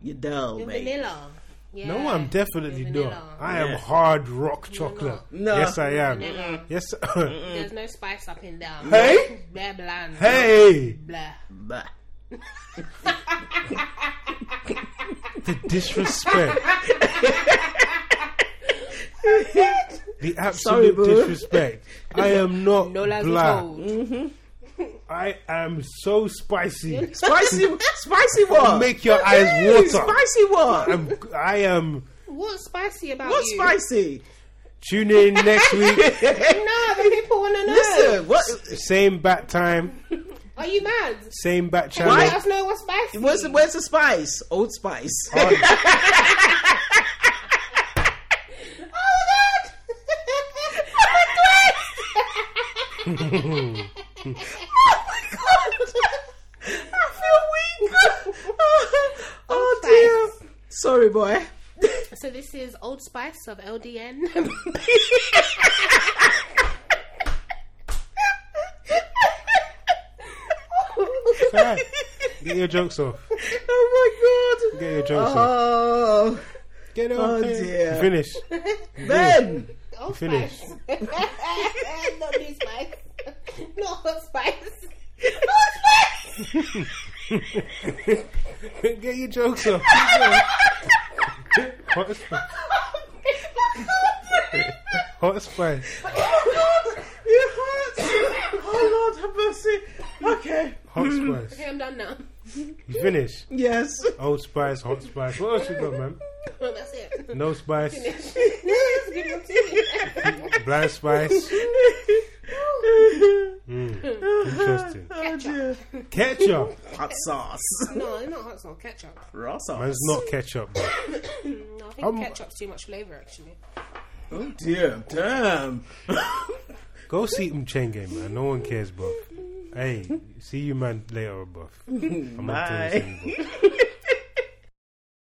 [SPEAKER 3] you're dull,
[SPEAKER 1] You're
[SPEAKER 3] mate.
[SPEAKER 1] vanilla. Yeah.
[SPEAKER 2] No, I'm definitely
[SPEAKER 1] You're
[SPEAKER 2] not.
[SPEAKER 1] vanilla.
[SPEAKER 2] I am
[SPEAKER 3] Yeah.
[SPEAKER 2] hard rock chocolate.
[SPEAKER 3] No.
[SPEAKER 2] Yes, I am.
[SPEAKER 1] Vanilla.
[SPEAKER 2] Yes. <laughs>
[SPEAKER 1] There's no spice up and down.
[SPEAKER 2] Hey?
[SPEAKER 1] Blah, blah, blah.
[SPEAKER 2] hey,
[SPEAKER 1] Blah.
[SPEAKER 3] Bah.
[SPEAKER 2] the disrespect. the
[SPEAKER 3] Sorry,
[SPEAKER 2] absolute
[SPEAKER 3] boo.
[SPEAKER 2] disrespect. I
[SPEAKER 3] <laughs>
[SPEAKER 2] am not
[SPEAKER 1] No lies were
[SPEAKER 2] black.
[SPEAKER 1] told.
[SPEAKER 2] I am so spicy. <laughs>
[SPEAKER 3] Spicy, spicy what?
[SPEAKER 2] Make your
[SPEAKER 3] <laughs>
[SPEAKER 2] eyes water.
[SPEAKER 3] Spicy what?
[SPEAKER 2] I'm, I am.
[SPEAKER 1] What's spicy about
[SPEAKER 3] What's
[SPEAKER 1] you?
[SPEAKER 3] spicy?
[SPEAKER 2] Tune in next week.
[SPEAKER 3] <laughs>
[SPEAKER 1] No, the people want to know.
[SPEAKER 3] Listen, what?
[SPEAKER 2] Same bat time,
[SPEAKER 1] Are you mad?
[SPEAKER 2] same bat
[SPEAKER 1] Let
[SPEAKER 2] channel.
[SPEAKER 1] us know what's spicy.
[SPEAKER 3] Where's the, where's the spice? Old <laughs> Spice.
[SPEAKER 1] Oh,
[SPEAKER 3] <laughs> <laughs> oh dear. Sorry, boy.
[SPEAKER 1] So this is Old Spice of LDN.
[SPEAKER 2] Alright. Get your jokes off.
[SPEAKER 3] <laughs> Oh my god.
[SPEAKER 2] Get your jokes off.
[SPEAKER 3] Oh,
[SPEAKER 2] Get it
[SPEAKER 3] oh
[SPEAKER 2] off. there.
[SPEAKER 3] dear.
[SPEAKER 2] Finish.
[SPEAKER 3] Ben.
[SPEAKER 1] Old
[SPEAKER 2] Finish.
[SPEAKER 1] Spice. <laughs> Not this spice. Not hot spice.
[SPEAKER 2] <laughs> Get your jokes off. <laughs> Hot spice.
[SPEAKER 3] <laughs>
[SPEAKER 2] Hot spice.
[SPEAKER 3] Oh, It hurts. Oh Lord, have mercy. Okay.
[SPEAKER 2] Hot
[SPEAKER 1] <laughs>
[SPEAKER 2] spice.
[SPEAKER 1] Okay, I'm done now.
[SPEAKER 2] You finish.
[SPEAKER 3] Yes. <laughs>
[SPEAKER 2] Old spice, hot spice. What else you got, man?
[SPEAKER 1] That's <laughs> it.
[SPEAKER 2] No spice,
[SPEAKER 1] Ketchup.
[SPEAKER 2] blind spice.
[SPEAKER 3] oh
[SPEAKER 2] Mm, interesting.
[SPEAKER 3] dear.
[SPEAKER 2] Ketchup.
[SPEAKER 3] Hot sauce. <laughs>
[SPEAKER 1] No, it's not hot sauce. Ketchup.
[SPEAKER 3] Raw sauce.
[SPEAKER 2] Man's not ketchup, bro.
[SPEAKER 1] No, I think
[SPEAKER 2] Um,
[SPEAKER 1] ketchup's too much flavor. Actually,
[SPEAKER 3] Oh dear. Damn. <laughs>
[SPEAKER 2] Go see Mchenge, man. No one cares, buff. Hey, see you, man, later, buff. I'm not doing this
[SPEAKER 3] Bye.
[SPEAKER 2] anymore.